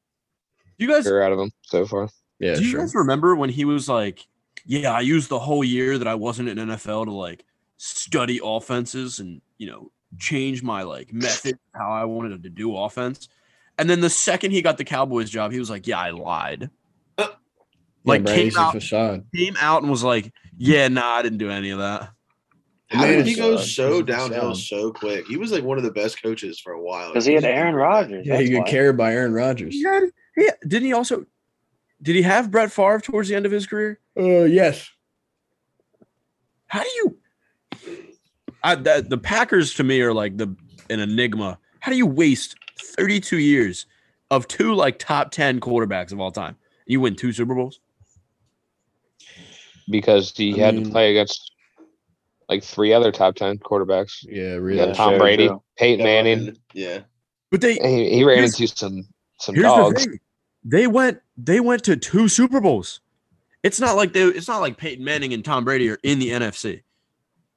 S7: You guys,
S6: You're out of them so far.
S1: Yeah,
S7: do you
S1: sure.
S7: guys remember when he was like, "Yeah, I used the whole year that I wasn't in NFL to like study offenses and you know change my like method how I wanted to do offense," and then the second he got the Cowboys job, he was like, "Yeah, I lied." like,
S1: yeah, bro,
S7: came
S1: he's
S7: out-
S1: a facade.
S7: Came out and was like, "Yeah, nah, I didn't do any of that."
S3: How
S1: Man,
S3: did he
S1: it's,
S3: go
S1: uh,
S3: so
S1: it's
S3: downhill
S1: sad.
S3: so quick? He was like one of the best coaches for a while.
S2: Because he had Aaron Rodgers.
S1: Yeah,
S2: that's
S1: he got
S2: why.
S1: carried by Aaron Rodgers.
S7: He had, he, didn't he also? Did he have Brett Favre towards the end of his career?
S1: Oh yes.
S7: How do you? I, that, the Packers to me are like the an enigma. How do you waste 32 years of two like top 10 quarterbacks of all time? You win two Super Bowls.
S6: because he
S1: I
S6: had
S1: mean-
S6: to play against like three other top ten quarterbacks.
S1: Yeah,
S6: You
S1: really.
S6: got
S2: Yeah,
S6: Tom
S2: sure,
S6: Brady,
S2: true.
S6: Peyton Manning.
S3: Yeah.
S7: But they
S6: He, he ran
S7: Here's-
S6: into some some
S7: here's
S6: dogs.
S7: the thing. They went they went to two Super Bowls. It's not like they it's not like Peyton Manning and Tom Brady are in the NFC.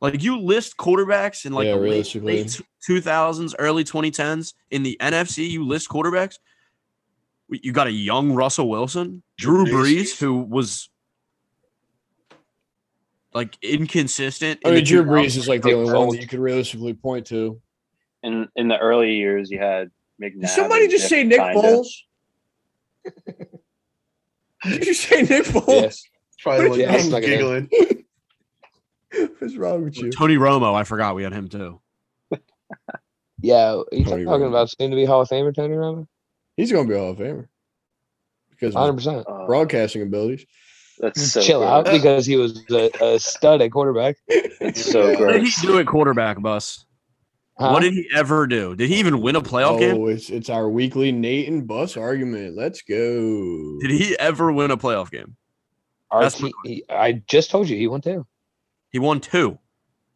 S7: Like you list quarterbacks in like
S1: Yeah,
S7: the late,
S1: realistically.
S7: late 2000s, early 2010s in the NFC, you list quarterbacks. You got a young Russell Wilson, Drew
S3: Drew Brees.
S7: Brees who was like inconsistent.
S1: I
S7: in the
S1: mean, Drew
S7: 2000s.
S1: Brees is like the only one
S6: Colts.
S1: that you could realistically point to.
S2: In in the early years, you had McNabb.
S1: Did somebody
S2: and
S1: just
S2: Dick
S1: say Nick
S2: kinda.
S1: Bowles? (laughs) Did you say Nick Bowles?
S6: Yes.
S3: Probably
S1: Yeah,
S3: like
S6: it's like an-
S3: giggling.
S1: (laughs) What's wrong with you?
S7: Tony Romo, I forgot we had him too.
S6: Yeah, you
S1: Tony
S6: talking
S1: Romo.
S6: about soon to be Hall of Famer Tony Romo?
S1: He's going to be a Hall of Famer because of
S6: Hundred
S1: his
S6: percent.
S2: Uh,
S1: broadcasting abilities.
S2: that's so
S6: Chill
S2: gross. (laughs)
S6: out because he was a, a stud at quarterback.
S2: That's so
S3: Yeah.
S7: What
S1: (laughs)
S7: did he
S2: gross.
S7: do at quarterback, Bus?
S6: Huh?
S7: What did he ever do? Did he even win a playoff game?
S1: Oh, it's it's our weekly Nate and Bus argument. Let's go.
S7: Did he ever win a playoff game?
S6: Arch-
S7: that's what-
S6: he- I just told you he won two.
S7: He won two.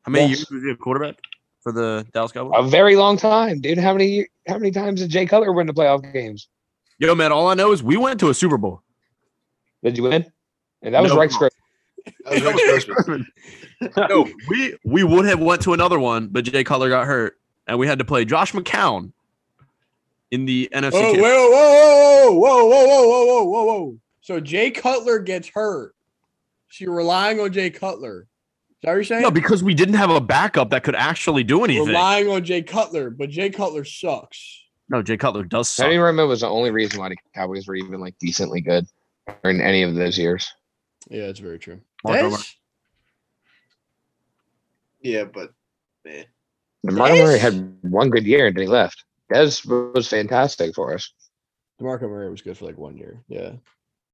S7: How many
S6: Yes.
S7: years was he a quarterback for the Dallas Cowboys?
S6: A very long time, dude. How many year- how many times did Jay Cutler win the playoff games?
S7: Yo, man, all I know is we went to a Super Bowl.
S6: Did you win? And that was
S7: No.
S6: Rex Grossman.
S3: That was Rex Grossman.
S7: No, we we would have went to another one, but Jay Cutler got hurt, and we had to play Josh McCown in the NFC.
S1: Oh,
S7: Championship.
S1: whoa, whoa, whoa, whoa, whoa, whoa, whoa, whoa, whoa, whoa. So Jay Cutler gets hurt. So you're relying on Jay Cutler. Is that what you're saying?
S7: No, because we didn't have a backup that could actually do anything.
S1: relying on Jay Cutler, but Jay Cutler sucks.
S7: No, Jay Cutler does suck.
S6: Tony Romo was the only reason why the Cowboys were even like decently good in any of those years.
S1: Yeah, that's very true.
S7: Mark Over.
S1: That's-
S3: Yeah, but man,
S6: And Martin Murray
S1: Yes.
S6: had one good year and then he left. Dez was fantastic for us.
S1: DeMarco Murray was good for like one year. Yeah.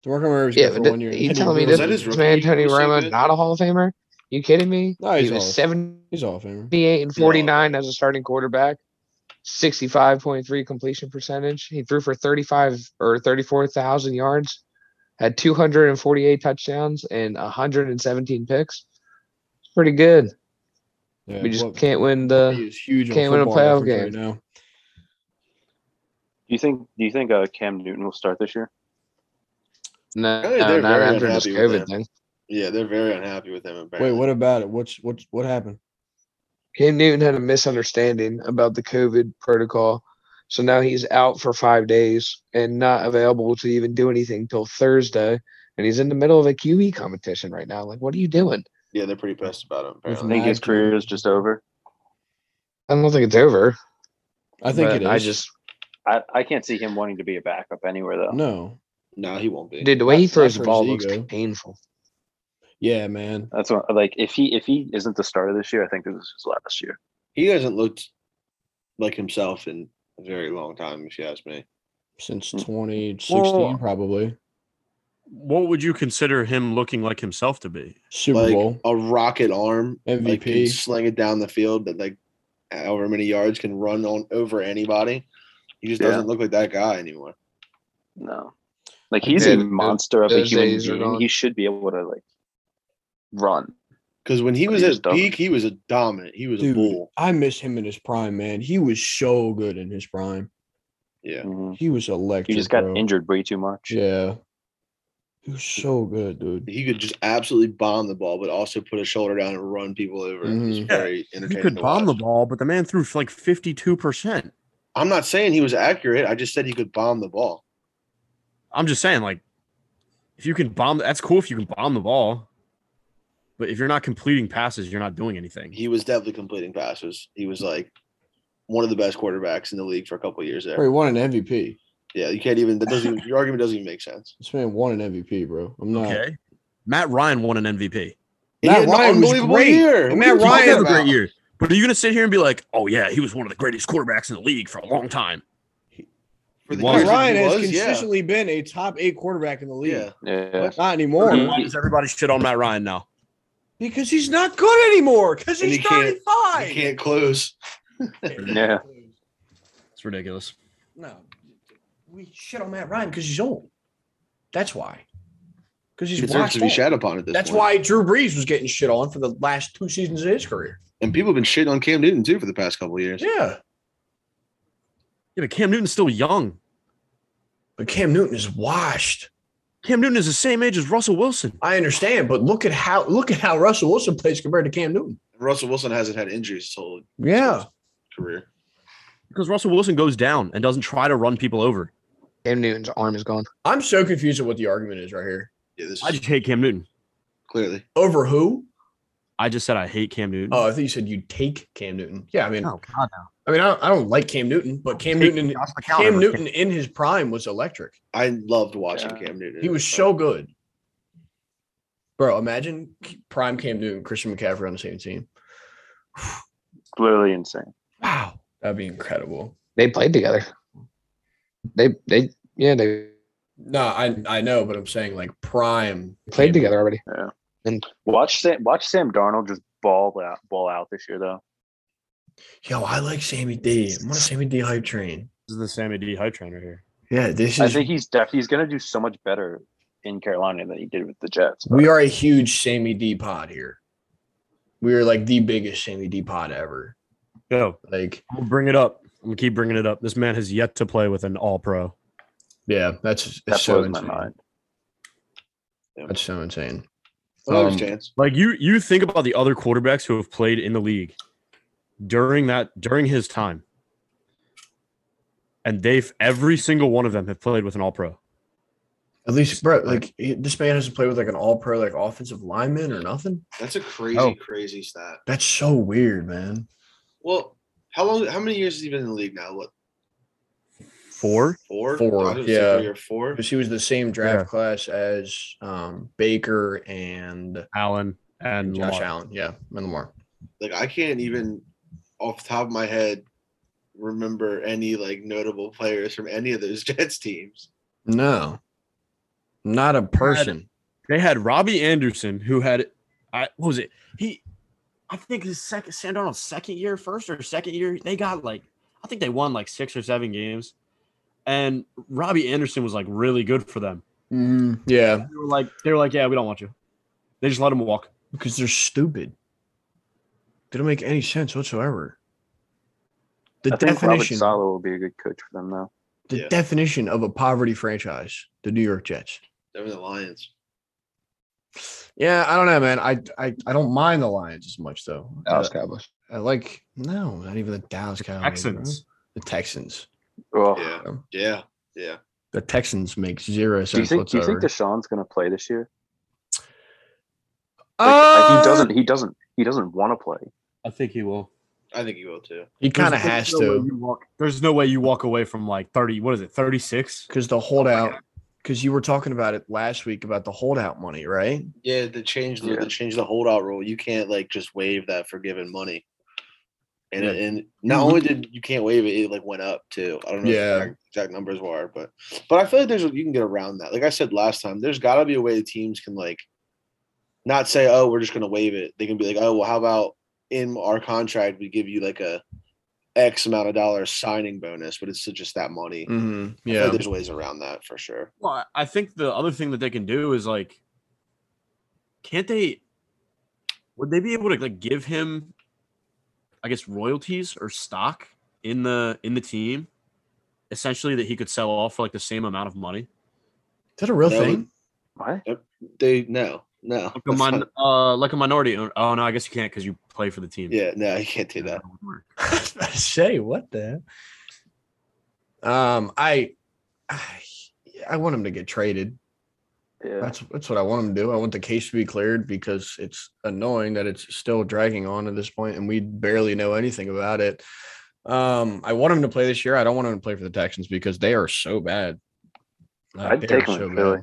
S1: DeMarco Murray was
S6: Yeah,
S1: good for
S6: but
S1: one year.
S6: you
S1: and then
S6: telling me
S1: blew
S6: this,
S1: it.
S3: that his
S6: this
S3: rookie
S6: man
S3: year
S6: Tony
S3: he was so
S6: Romo
S3: good?
S6: not a Hall of Famer? You kidding me?
S1: No, he's
S6: he was
S1: all-
S6: seventy-eight
S1: He's a Hall of Famer.
S6: and
S3: He's all-
S6: forty-nine as a starting quarterback, sixty-five point three completion percentage. He threw for thirty-five or thirty-four thousand yards, had two hundred and forty-eight touchdowns and hundred and seventeen picks. It's pretty good.
S1: Yeah,
S6: We just
S1: well,
S6: can't win
S1: he
S6: the.
S1: is huge on
S6: can't win a
S1: football
S6: playoff
S1: reference
S6: game.
S1: right now.
S2: Do you think? Do you think uh, Cam Newton will start this year?
S6: No,
S3: Apparently
S6: no,
S3: they're
S6: uh, not
S3: very
S6: after this
S3: unhappy with
S6: COVID
S3: him.
S6: thing.
S3: yeah, they're very unhappy with him.
S1: Wait,
S3: Apparently.
S1: what about it? What's what's what happened?
S6: Cam Newton had a misunderstanding about the COVID protocol. So now he's out for five days and not available to even do anything till Thursday. And he's in the middle of a QE competition right now. Like, what are you doing?
S3: Yeah, they're pretty pissed about him.
S2: I
S3: Apparently.
S2: think his
S1: Imagine.
S2: career is just over.
S6: I don't think it's over.
S1: I think
S6: but
S1: it is.
S6: I just,
S2: I, I can't see him wanting to be a backup anywhere though.
S1: no.
S3: No, he won't be.
S6: dude, the way he
S1: Not- not
S6: throws
S1: for
S6: the ball
S1: his
S6: looks
S1: ego.
S6: painful.
S1: Yeah, man.
S2: That's what like if he if he isn't the starter this year, I think this is his last year.
S3: He hasn't looked like himself in a very long time, if you ask me.
S1: since
S6: Mm.
S1: 2016,
S7: Well-
S1: probably
S7: What would you consider him looking like himself to be?
S1: Super
S3: like oh,
S1: Bowl
S3: a rocket arm, like, can
S1: MVP.
S3: sling it down the field that like however many yards can run on over anybody. He just
S2: Yeah.
S3: doesn't look like that guy anymore.
S2: No. Like he's
S6: Yeah,
S2: a
S6: th-
S2: monster of a
S6: those
S2: human
S6: days are
S2: being.
S6: gone.
S2: He should be able to like run.
S3: Because when he was
S2: He
S3: at
S2: just doesn't.
S3: peak, he was a dominant. He was a
S1: dude.
S3: bull.
S1: I miss him in his prime, man. He was so good in his prime.
S3: Yeah.
S2: Mhm.
S1: He was electric.
S2: He just got
S1: bro.
S2: injured way too much.
S1: Yeah, he was so good, dude.
S3: He could just absolutely bomb the ball, but also put his shoulder down and run people over. It was
S1: Mhm.
S3: very
S7: Mm-hmm. He
S3: entertaining.
S7: could
S3: to
S7: bomb the
S3: watch.
S7: ball, but the man threw like 52%.
S3: I'm not saying he was accurate. I just said he could bomb the ball.
S7: I'm just saying, like, if you can bomb, that's cool if you can bomb the ball. But if you're not completing passes, you're not doing anything.
S3: He was definitely completing passes. He was like one of the best quarterbacks in the league for a couple of years there.
S1: Bro, he won an MVP.
S3: Yeah, you can't even. That doesn't. Even, your argument doesn't even make sense.
S1: This man won an MVP, bro.
S3: uh,
S1: I'm not.
S7: Okay. Matt Ryan won an MVP.
S3: He
S1: Matt
S3: had an
S1: Ryan was
S3: unbelievable
S1: great.
S3: year.
S1: And
S3: What are
S1: Matt
S3: you talking
S7: Ryan had a
S1: Ryan-
S3: about?
S7: great year. But are you going to sit here and be like, oh, yeah, he was one of the greatest quarterbacks in the league for a long time?
S3: For the
S7: Matt
S1: Matt
S3: years that
S1: Ryan
S3: he
S1: has
S3: was, yeah.
S1: consistently been a top eight quarterback in the league.
S3: Yeah.
S2: Yeah.
S1: Not anymore
S2: Mhm.
S7: Why does everybody shit on Matt Ryan now?
S1: because he's not good anymore. Because
S3: And
S1: he's
S3: he can't-
S1: 35.
S3: You can't close.
S2: (laughs) Yeah.
S7: It's ridiculous.
S1: No, we shit on Matt Ryan because he's old. That's why. Because
S3: He
S1: he's
S3: deserves
S1: washed
S3: to be
S1: up.
S3: shat upon at this.
S1: That's
S3: point.
S1: why Drew Brees was getting shit on for the last two seasons of his career.
S3: And people have been shitting on Cam Newton too for the past couple of years.
S1: Yeah,
S7: Yeah, but Cam Newton's still young.
S1: but Cam Newton is washed.
S7: Cam Newton is the same age as Russell Wilson.
S1: I understand, but look at how look at how Russell Wilson plays compared to Cam Newton.
S3: Russell Wilson hasn't had injuries his whole career.
S7: Because Russell Wilson goes down and doesn't try to run people over.
S6: Cam Newton's arm is gone.
S1: I'm so confused at what the argument is right here.
S3: Yeah, this
S7: I
S3: is
S7: just hate Cam Newton.
S3: clearly.
S1: Over who?
S7: I just said I hate Cam Newton.
S1: Oh, I think you said you take Cam Newton. Yeah, I mean,
S7: oh God, no.
S1: I mean, I don't, I don't like Cam Newton, but Cam Newton,
S7: Josh McCown
S1: Cam
S7: over
S1: Newton in his prime was electric.
S3: I loved watching
S2: Yeah.
S3: Cam Newton.
S1: He was so good. Bro, imagine prime Cam Newton, Christian McCaffrey on the same team.
S2: Literally insane.
S1: Wow. That'd be incredible.
S6: They played together. They they yeah they
S1: No, I I know, but I'm saying like prime.
S6: played
S1: Cam-
S6: together already.
S2: Watch Sam watch Sam Darnold just ball out ball out this year though.
S1: Yo, I like Sammy D. I'm on a Sammy D hype train.
S7: This is the Sammy D hype trainer here.
S1: Yeah, this
S2: I
S1: is
S2: think he's def- he's gonna do so much better in Carolina than he did with the Jets.
S1: we are a huge Sammy D pod here. We are like the biggest Sammy D pod ever.
S7: Go.
S1: Like,
S7: I'm gonna bring it up. I'm gonna keep bringing it up. This man has yet to play with an All Pro.
S1: yeah, that's, it's
S2: that
S1: so
S2: blows my
S1: insane.
S2: mind.
S1: That's so insane.
S3: Well, there's
S1: Um,
S3: chance.
S7: Like you, you think about the other quarterbacks who have played in the league during that during his time, and they've every single one of them have played with an All Pro.
S1: At least, bro, like he- this man hasn't played with like an all pro like offensive lineman or nothing.
S3: That's a crazy,
S7: Oh.
S3: crazy stat.
S1: That's so weird, man.
S3: Well, how long? How many years has he been in the league now? What
S7: Four.
S3: four?
S1: Four,
S3: I was gonna say
S1: yeah.
S3: three or four.
S1: Because he was the same draft
S7: Yeah.
S1: class as um, Baker and
S7: Allen and
S1: Josh
S7: Lamar.
S1: Allen. Yeah, and Lamar.
S3: Like I can't even, off the top of my head, remember any like notable players from any of those (laughs) Jets teams.
S1: No, not a person.
S7: They had Robbie Anderson, who had, I what was it? He, I think his second Sam Darnold's second year, first or second year, they got like, I think they won like six or seven games, and Robbie Anderson was like really good for them.
S2: Mm-hmm.
S1: Mhm, Yeah,
S7: They were like, they were like, yeah, we don't want you. They just let him walk.
S1: because they're stupid. They don't make any sense whatsoever. The
S2: I think Robert
S1: definition,
S2: Sala will be a good coach for them though.
S1: the
S3: Yeah.
S1: definition of a poverty franchise, the New York Jets.
S3: They were the Lions.
S1: Yeah, I don't know, man. I I, I don't mind the Lions as much though. Uh,
S6: Dallas Cowboys.
S1: I like no, not even the Dallas Cowboys. bro.
S7: Texans.
S1: The Texans.
S2: Oh,
S3: Yeah,
S1: Um,
S3: yeah, yeah.
S1: The Texans make zero
S2: Do you
S1: sense
S2: think do you
S1: whatsoever.
S2: think Deshaun's gonna play this year? Like,
S1: Uh,
S2: like, he doesn't he doesn't he doesn't want to play.
S7: I think he will.
S3: I think he will too.
S1: He kind of has to
S7: There's no way you walk away from like thirty. What is it? Thirty six.
S1: because the holdout. Because you were talking about it last week about the holdout money, right?
S3: Yeah, they changed the
S2: Yeah.
S3: they changed the holdout rule. You can't like just waive that forgiven money. And
S7: Yeah.
S3: and not only did you can't waive it, it like went up too. I don't know
S1: Yeah.
S3: what the exact, exact numbers were, but but I feel like there's you can get around that. Like I said last time, there's got to be a way teams can like not say, oh, we're just gonna waive it. They can be like, oh, well, how about in our contract we give you like a X amount of dollars signing bonus, but it's still just that money.
S1: Mm-hmm.
S3: I feel like
S1: Yeah.
S3: there's ways around that for sure.
S7: Well, I- I think the other thing that they can do is like, can't they? Would they be able to like give him, I guess, royalties or stock in the in the team, essentially that he could sell off for like the same amount of money?
S1: that a real
S3: No,
S1: thing? (laughs)
S2: What?
S3: They no, no.
S7: Like a,
S3: that's
S7: min-
S3: not-
S7: uh, like a minority owner. Oh no, I guess you can't because you play for the team.
S3: yeah, no, you can't do that.
S1: I was about to say what the heck? um I, I I want him to get traded.
S2: Yeah.
S1: That's that's what I want him to do. I want the case to be cleared because it's annoying that it's still dragging on at this point and we barely know anything about it. Um I want him to play this year. I don't want him to play for the Texans because they are so bad. Like,
S2: I'd
S1: they
S2: take
S1: are
S2: him in
S1: bad.
S2: Philly.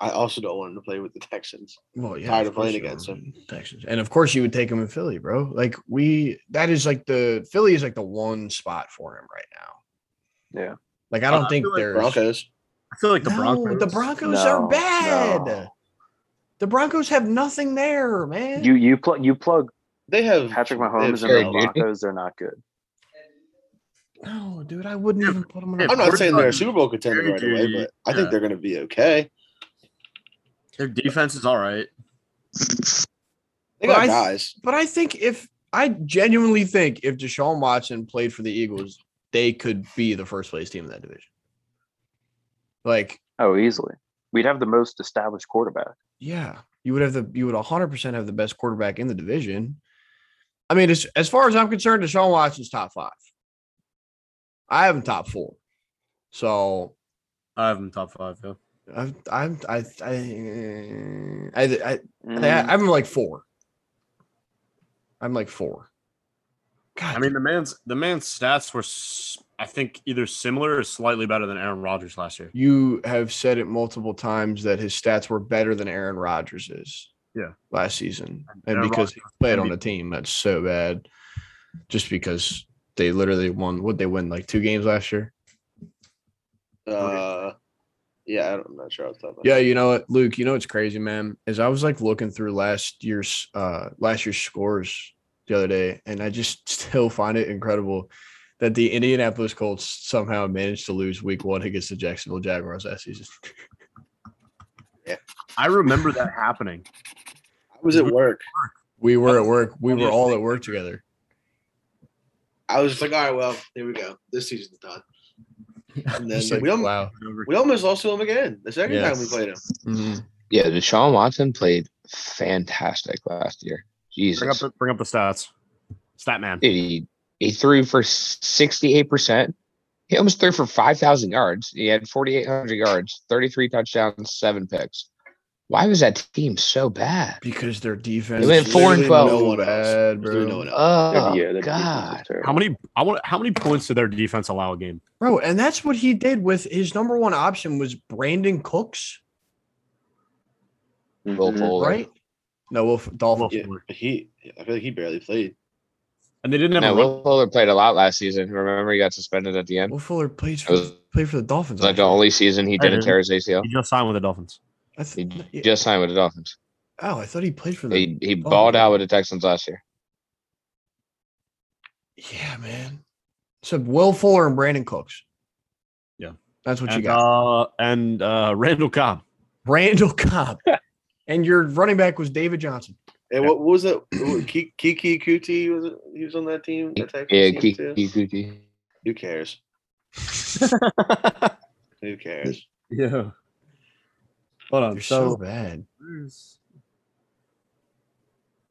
S3: I also don't want him to play with the Texans.
S1: Well, yeah, of
S3: tired of playing
S1: course you
S3: against
S1: would.
S3: them.
S1: Texans, and of course you would take him in Philly, bro. Like we, that is like the Philly is like the one spot for him right now.
S2: Yeah.
S1: Like I don't
S7: Uh, I
S1: think
S7: feel like
S1: there's
S3: Broncos.
S7: I feel like the
S1: No,
S7: Broncos.
S1: The Broncos
S2: No,
S1: are bad.
S2: no.
S1: The Broncos have nothing there, man.
S2: You you plug you plug
S3: They have
S2: Patrick
S3: they
S2: Mahomes
S3: have-
S2: and the
S6: Jerry Judy.
S2: Broncos. They're not good.
S1: no, dude, I wouldn't
S7: Yeah,
S1: even put them in.
S7: yeah,
S1: a-
S3: I'm not saying they're a
S7: Quarterback.
S3: Super Bowl contender
S7: Jerry
S3: right away,
S7: Judy,
S3: but I think
S7: yeah.
S3: they're going to be okay.
S7: Their defense is all right.
S3: They
S1: But
S3: got
S1: I-
S3: guys.
S1: But I think if I genuinely think if Deshaun Watson played for the Eagles, they could be the first place team in that division. Like
S2: Oh, easily. We'd have the most established quarterback.
S1: Yeah, you would have the you would 100% have the best quarterback in the division. I mean, as, as far as I'm concerned, Deshaun Watson's top five. I have him top four, so
S7: I have them top five. Yeah.
S1: I'm I'm I I I, I, I
S2: Mm.
S1: I'm like four. I'm like four. God,
S7: I mean, the man's the man's stats were, s- I think, either similar or slightly better than Aaron Rodgers last year.
S1: you have said it multiple times that his stats were better than Aaron Rodgers is.
S7: Yeah.
S1: last season,
S7: And
S1: and
S7: Aaron
S1: because he
S7: Rodgers
S1: played
S7: MVP.
S1: on a team that's so bad, just because they literally won. Would they win like two games last year?
S3: Uh, yeah, I don't- I'm not sure. Off the top of my
S1: Yeah,
S3: head.
S1: you know what, Luke? You know what's crazy, man? Is I was like looking through last year's uh last year's scores the other day, and I just (laughs) still find it incredible that the Indianapolis Colts somehow managed to lose Week One against the Jacksonville Jaguars last season.
S7: I remember that
S6: (laughs)
S7: happening.
S3: I was at work.
S1: We were at work. We
S7: Funniest
S1: were all
S7: thing
S1: at work together.
S3: I was just like, all right, well, here we go. This
S1: (laughs)
S3: season's done. And then
S1: Just like,
S3: we, al-
S1: wow.
S3: we almost lost to him again the second
S1: Yeah.
S3: time we played him.
S7: Mm-hmm.
S1: Mhm.
S6: Yeah, Deshaun Watson played fantastic last year.
S7: Bring up
S6: Jesus.
S7: the bring up the stats. Stat man.
S6: Dude, he, he threw for 68%. He almost threw for 5,000 yards. He had 4,800 yards, 33 touchdowns, seven picks. Why was that team so bad?
S1: Because their defense
S6: went four and
S1: literally
S6: 12.
S1: no
S3: No one else.
S1: bad,
S3: There's literally no
S1: bro.
S3: one else.
S6: Oh,
S2: yeah, their defense is
S6: God.
S2: terrible.
S7: How many? I want. How many points did their defense allow a game?
S1: Bro, and that's what he did with his number one option was Brandon Cooks,
S2: Mhm.
S6: Will Fuller.
S1: right? No, Wolf Dolphin.
S7: Will
S3: Yeah.
S7: Fuller.
S3: But he, I feel like he barely played.
S7: And they didn't have.
S6: No,
S7: a run.
S6: Will Fuller played a lot last season. Remember, he got suspended at the end. It
S1: Will Fuller plays
S6: That was-
S1: for, played for the Dolphins.
S6: was like the only season he
S7: I
S6: didn't
S7: didn't.
S6: tear his ACL.
S7: He just signed with the Dolphins.
S1: I
S6: He
S1: th- yeah.
S6: just signed with the Dolphins.
S1: oh, I thought he played for the.
S6: He, he
S7: Oh.
S6: balled out with the Texans last year.
S1: yeah, man. So Will Fuller and Brandon Cooks.
S7: Yeah.
S1: that's what you
S7: And,
S1: got.
S7: uh, and uh, Randall Cobb.
S1: Randall
S7: (laughs)
S1: Cobb, and your running back was David Johnson.
S3: And what, what was it? Kiki, Kiki Kuti was it? He was on that team. That Texans
S6: Yeah,
S3: team
S6: Kiki
S3: too?
S6: Kuti.
S3: Who (laughs) cares? Who cares?
S7: yeah. Hold on.
S1: You're
S7: Um, so
S1: so bad.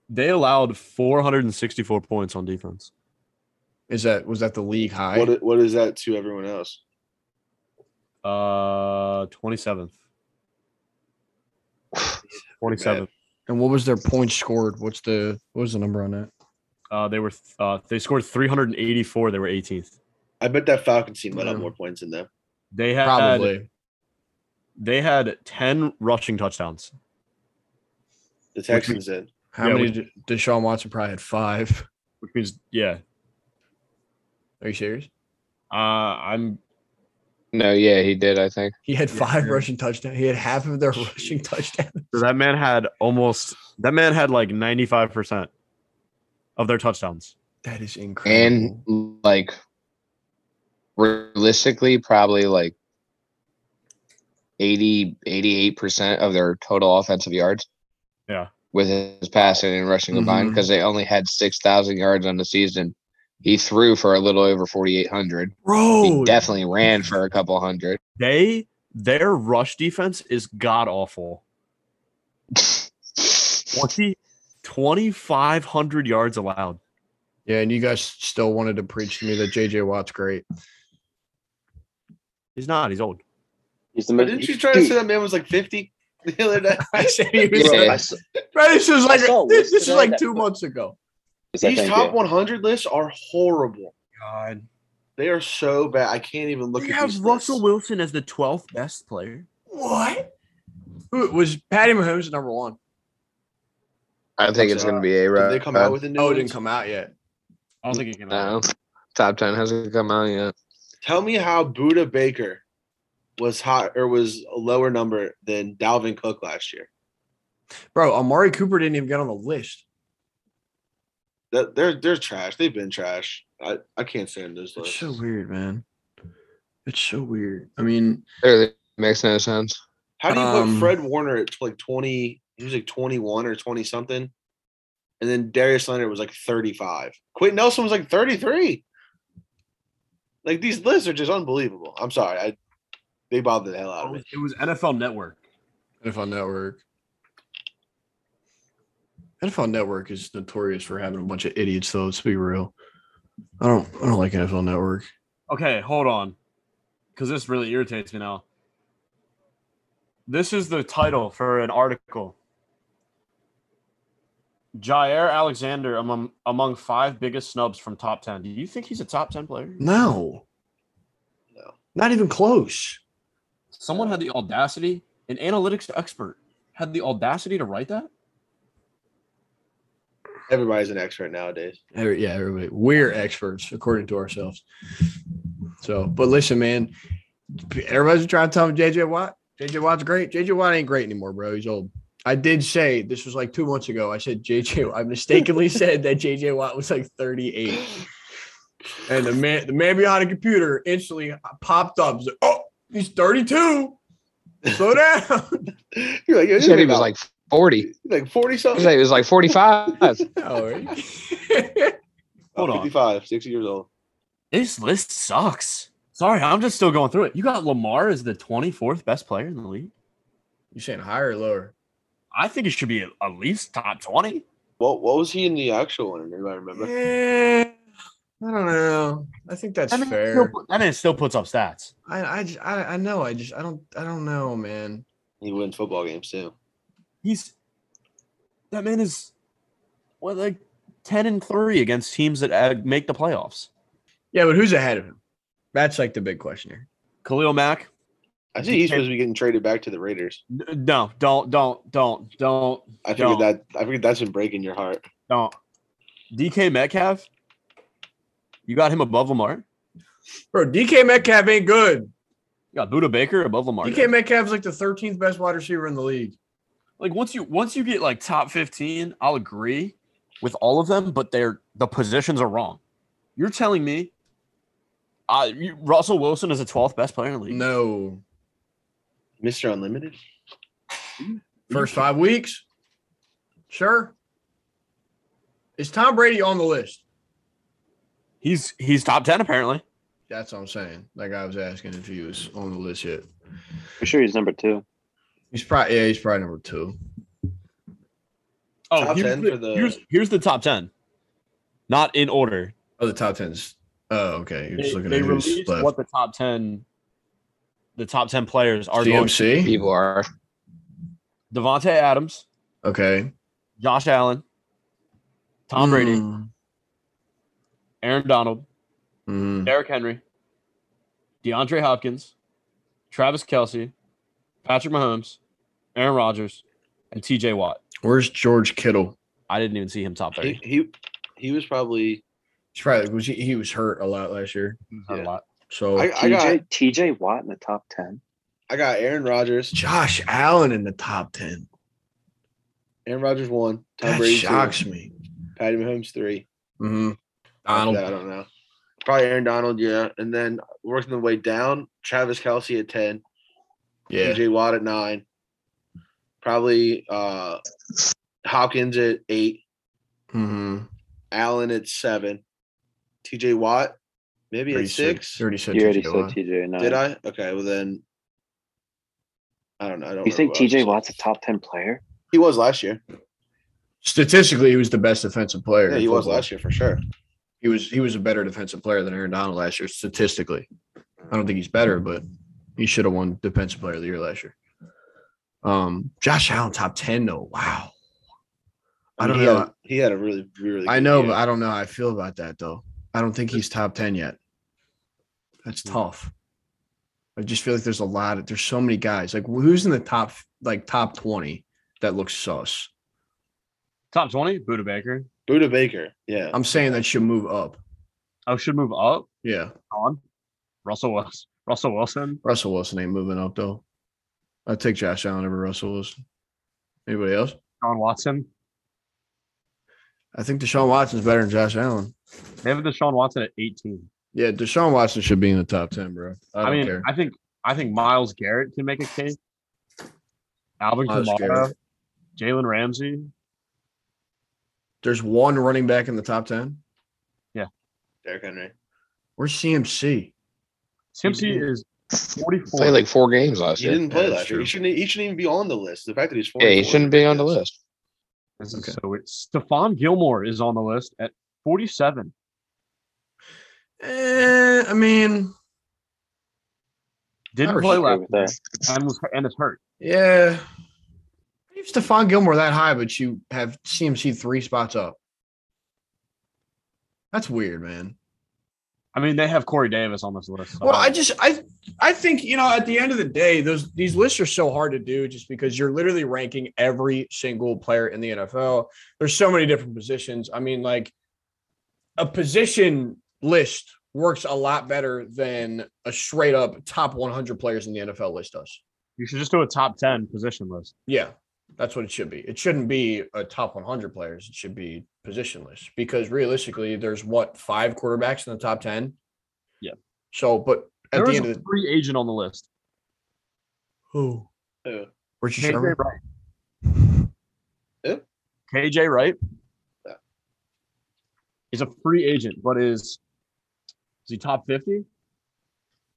S7: they allowed 464 points on defense.
S1: Is that was that the league high?
S3: What, what is that to everyone else?
S7: Uh, 27th.
S6: (sighs)
S7: 27th.
S1: and what was their points scored? What's the what was the number on that?
S7: Uh, they were th- uh, they scored 384. They were 18th.
S3: I bet that Falcons team let
S1: Yeah.
S3: up more points than them.
S7: They
S1: Uh,
S7: had
S1: Probably.
S7: they had 10 rushing touchdowns.
S3: The Texans did.
S1: How
S7: Yeah,
S1: many? did Deshaun Watson probably had five.
S7: which means yeah
S1: Are you serious?
S7: Uh, I'm
S6: No, yeah, he did. I think.
S1: He had
S7: Yeah,
S1: five
S7: yeah.
S1: rushing touchdowns. He had half of their (laughs) rushing touchdowns.
S9: So that man had almost that man had like 95% of their touchdowns.
S1: That is incredible.
S6: And like, realistically, probably like 80, 88 percent of their total offensive yards.
S9: Yeah.
S6: With his passing and rushing combined,
S7: Mm-hmm.
S1: Mhm.
S6: because they only had six thousand yards on the season. He threw for a little over forty eight hundred. He
S9: Bro,
S6: definitely ran for a couple hundred.
S9: they their rush defense is god awful.
S6: (laughs)
S9: 20 2500 yards allowed.
S1: yeah, and you guys still wanted to preach to me that JJ Watt's great.
S9: He's not, he's old.
S2: He's the most.
S3: Didn't you try to say that man was like fifty (laughs) the other day?
S1: (laughs) I said he was.
S2: Bro,
S6: Yeah.
S2: I saw-
S1: Bro, this was like
S2: saw a
S1: this,
S2: list
S1: this was
S2: today
S1: like
S2: that-
S1: two months ago.
S2: I
S3: (laughs) These
S2: think,
S3: top
S2: yeah.
S3: 100 lists are horrible.
S7: God.
S3: They are so bad. I can't even look
S7: They
S3: at
S7: have
S3: these
S7: Russell
S3: lists.
S7: Wilson as the 12th best player.
S1: What? Who was Patty Mahomes number one?
S6: I think it's going to be a
S3: Did
S6: Rod.
S3: they come out with a new
S1: Oh, it
S3: one?
S1: didn't come out yet.
S7: I don't think he can.
S6: no top ten hasn't come out yet.
S3: Tell me how Buddha Baker was hot or was a lower number than Dalvin Cook last year.
S1: Bro, Amari Cooper didn't even get on the list.
S3: That they're they're trash. They've been trash. I, I can't stand those
S1: It's
S3: lists.
S1: so weird, man. It's so weird. I mean,
S6: Clearly makes no sense.
S3: How do you
S1: Um,
S3: put Fred Warner at like 20? He was like 21 or 20 something. And then Darius Leonard was like 35. Quentin Nelson was like 33. Like these lists are just unbelievable. I'm sorry. I they bother the hell out of me.
S7: It was NFL Network.
S1: NFL Network. NFL Network is notorious for having a bunch of idiots, though. Let's be real. I don't. I don't like NFL Network.
S7: Okay, hold on. Because this really irritates me now.
S9: This is the title for an article. Jair Alexander among among five biggest snubs from top 10. Do you think he's a top 10 player?
S1: No.
S3: No.
S1: Not even close.
S7: Someone had the audacity, an analytics expert had the audacity to write that?
S3: Everybody's an expert nowadays. (laughs)
S1: Every- yeah, everybody. We're experts according to ourselves. So, but listen, man, everybody's trying to tell me JJ Watt. JJ Watt's great. JJ Watt ain't great anymore, bro. He's old. I did say this was like two months ago. I said JJ. I mistakenly said that JJ Watt was like 38, and the man, the man behind the computer, instantly popped up. He's like, oh, he's 32. Slow down. (laughs)
S3: You're like, yo,
S6: He
S3: this
S6: said he
S3: man
S6: was
S3: about-
S6: like forty.
S3: like 40
S6: He
S3: something.
S6: said he was like forty
S3: (laughs)
S6: five.
S1: All right.
S3: Oh,
S9: Hold on.
S3: 55, 60 years old.
S7: This list sucks. Sorry, I'm just still going through it. You got Lamar as the 24th best player in the league.
S1: you saying higher or lower?
S7: I think it should be at at least top 20.
S3: What what was he in the actual one? Anybody remember?
S1: Yeah, I don't know. I think that's
S7: That man,
S1: fair.
S7: still, put- that man still puts up stats.
S1: I, I, just, I, I know. I just, I don't, I don't know, man.
S3: He wins football games too.
S7: He's that man is what like 10 and 3 against teams that uh, make the playoffs.
S1: Yeah, but who's ahead of him? That's like the big question here.
S7: Khalil Mack?
S3: I think he's supposed to be getting traded back to the Raiders.
S7: N- No, don't, don't, don't, don't,
S3: I
S7: No.
S3: figured that I figured that's been breaking your heart.
S7: don't. DK Metcalf? You got him above Lamar?
S1: Bro, DK Metcalf ain't good.
S7: You got Buda Baker above Lamar.
S1: DK Metcalf's like the 13th best wide receiver in the league.
S7: like once you once you get like top 15 i'll agree with all of them but they're the positions are wrong you're telling me I, you, russell wilson is the 12th best player in the league
S1: No,
S3: Mr. Unlimited?
S1: first five weeks. Sure. Is Tom Brady on the list?
S7: he's he's top 10 apparently
S1: That's what I'm saying. Like I was asking if he was on the list yet.
S2: For sure, he's number two.
S1: He's probably, yeah, he's probably number two.
S7: oh
S3: Top
S7: here's,
S3: 10
S7: the,
S3: for the-
S7: here's here's the top 10 not in order
S1: Oh, the top tens. Oh, okay. You're
S7: they,
S1: just looking
S7: they
S1: at who's
S7: released
S1: left.
S7: what the top 10 the top 10 players are going
S1: CMC.
S6: People are.
S7: devonte adams
S1: Okay.
S7: josh allen tom brady
S2: Hmm.
S1: Mm.
S7: aaron donald
S1: Mm.
S7: Derrick Henry, DeAndre Hopkins, Travis Kelsey, Patrick Mahomes, Aaron Rodgers, and TJ Watt.
S1: Where's George Kittle?
S7: I didn't even see him top
S3: He,
S7: 30.
S3: he he was probably
S1: He's probably was he, he was hurt a lot last year.
S7: Not a lot.
S1: So
S3: I, I
S2: TJ
S3: got
S2: TJ Watt in the top ten.
S3: I got Aaron Rodgers.
S1: Josh Allen in the top ten.
S3: Aaron Rodgers one. Tom
S1: That
S3: Brady two.
S1: shocks me.
S3: Patty Mahomes three.
S1: Mm-hmm.
S3: After
S1: Donald.
S3: that, I don't know. Probably Aaron Donald, yeah. And then working the way down, Travis Kelsey at ten,
S1: Yeah.
S3: DJ Watt at nine, probably uh Hopkins at eight,
S1: Mm-hmm.
S3: Allen at seven, TJ Watt maybe at six.
S1: Thirty six.
S2: You already said TJ. No.
S3: Did I? Okay, well then, I don't know. I don't.
S2: You
S3: remember
S2: think
S3: who I was
S2: TJ
S3: saying.
S2: Watt's a top ten player?
S3: He was last year.
S1: Statistically, he was the best defensive player.
S3: Yeah,
S1: in
S3: he was
S1: football.
S3: last year for sure.
S1: He was he was a better defensive player than Aaron Donald last year. Statistically, I don't think he's better, but he should have won Defensive Player of the Year last year. Um, Josh Allen top ten though. Wow. I don't
S3: he
S1: know.
S3: Had, he had a really, really.
S1: I
S3: good
S1: know,
S3: year.
S1: but I don't know how I feel about that though. I don't think he's top 10 yet. That's tough. I just feel like there's a lot of there's so many guys. Like who's in the top like top 20 that looks sus?
S7: Top twenty, Buda Baker.
S3: Buda Baker. Yeah,
S1: I'm saying that should move up.
S7: I Oh, should move up
S1: Yeah.
S7: on Russell Wilson. Russell Wilson.
S1: Russell Wilson ain't moving up though. I'd take Josh Allen over Russell Wilson. Anybody else?
S7: John Watson.
S1: I think Deshaun Watson's better than Josh Allen.
S7: They have Deshaun Watson at 18.
S1: Yeah, Deshaun Watson should be in the top 10, bro. I
S7: I,
S1: don't
S7: mean,
S1: care.
S7: I think I think Miles Garrett can make a case. Alvin
S1: Myles
S7: Kamara,
S1: Garrett.
S7: Jalen Ramsey.
S1: There's one running back in the top 10.
S3: Derrick Henry.
S1: Where's CMC?
S7: Simpson is
S6: Played
S7: 44.
S6: like four games last
S3: He
S6: year.
S3: didn't play
S1: that's
S3: last year.
S1: true.
S3: He shouldn't. He shouldn't even be on the list. The fact that he's
S6: Yeah, he
S3: 44
S6: shouldn't be on the
S3: (laughs)
S6: list.
S7: This is
S1: Okay.
S7: so weird. Stephon Gilmore is on the list at 47.
S1: Eh, I mean,
S7: Didn't
S1: I
S7: play
S2: Agree
S7: last
S2: with that.
S7: and was and is hurt.
S1: yeah. If Stephon Gilmore that high, but you have CMC three spots up. That's weird, man.
S7: I mean, they have Corey Davis on this list. so
S1: Well, I just I I think you know at the end of the day, those these lists are so hard to do just because you're literally ranking every single player in the NFL. There's so many different positions. I mean, like a position list works a lot better than a straight up top 100 players in the NFL list does.
S7: you should just do a top 10 position list.
S1: Yeah, that's what it should be. It shouldn't be a top 100 players. It should be positionless because realistically, there's what five quarterbacks in the top 10.
S7: Yeah.
S1: So, but at
S7: there
S1: the
S7: was
S1: end
S7: a
S1: of the
S7: free agent on the list.
S1: who
S3: Who?
S1: Richard
S7: KJ
S1: Sherman.
S7: Wright.
S3: Who?
S7: KJ Wright
S3: Yeah.
S7: is a free agent, but is is he top 50?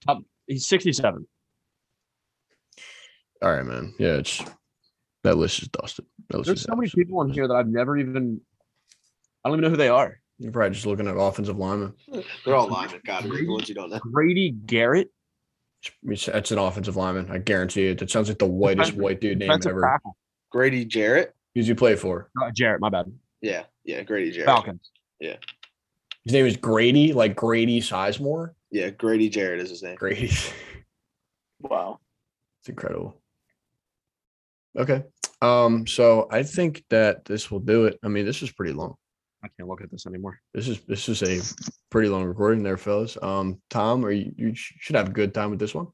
S7: Top he's 67.
S1: All right, man. Yeah, it's that list is dusted. That list
S7: There's
S1: is
S7: so many
S1: absolutely
S7: people on
S1: dusted.
S7: here that I've never even I don't even know who they are.
S1: You're probably just looking at offensive linemen.
S3: They're all linemen. God, the ones you don't know.
S7: Grady Garrett,
S1: It's, it's an offensive lineman. I guarantee it. That sounds like the whitest
S7: Defensive-
S1: white dude name
S7: defensive
S1: ever.
S7: tackle.
S3: Grady Jarrett.
S1: Who's you play for?
S7: Uh, Jarrett, my bad.
S3: Yeah, yeah, Grady Jarrett.
S7: Falcons.
S1: His name is Grady, like Grady Sizemore.
S3: Yeah, Grady Jarrett is his name.
S1: Grady. (laughs)
S2: Wow.
S1: It's incredible. Okay. Um, so I think that this will do it. I mean, this is pretty long.
S7: I can't look at this anymore.
S1: This is this is a pretty long recording there, fellas. Um, Tom, or you, you sh- should have a good time with this one.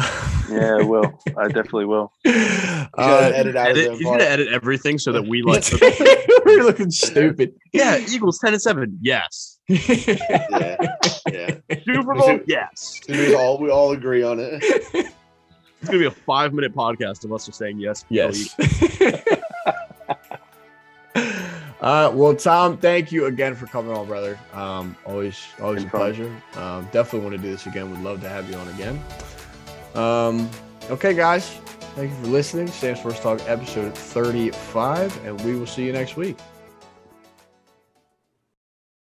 S1: (laughs)
S2: Yeah, I will. I definitely will.
S1: (laughs)
S3: He's gotta
S1: Uh,
S3: edit out of
S7: Edit-
S3: that
S7: he's
S3: part.
S7: gonna edit everything so that (laughs) we like.
S1: (laughs) we're looking stupid. (laughs)
S7: yeah, Eagles ten and seven. Yes.
S3: Yeah, yeah.
S7: Super
S3: Bowl?
S1: (laughs)
S7: Yes.
S3: We all we all agree on it.
S7: It's gonna be a five minute podcast of us just saying yes. E.
S1: yes. (laughs) uh, well, Tom, thank you again for coming on, brother. Um, always, always
S2: No
S1: a
S2: problem.
S1: pleasure. Um, definitely want to do this again. Would love to have you on again. Um, okay, guys, thank you for listening. Sam's First Talk, episode thirty-five, and we will see you next week.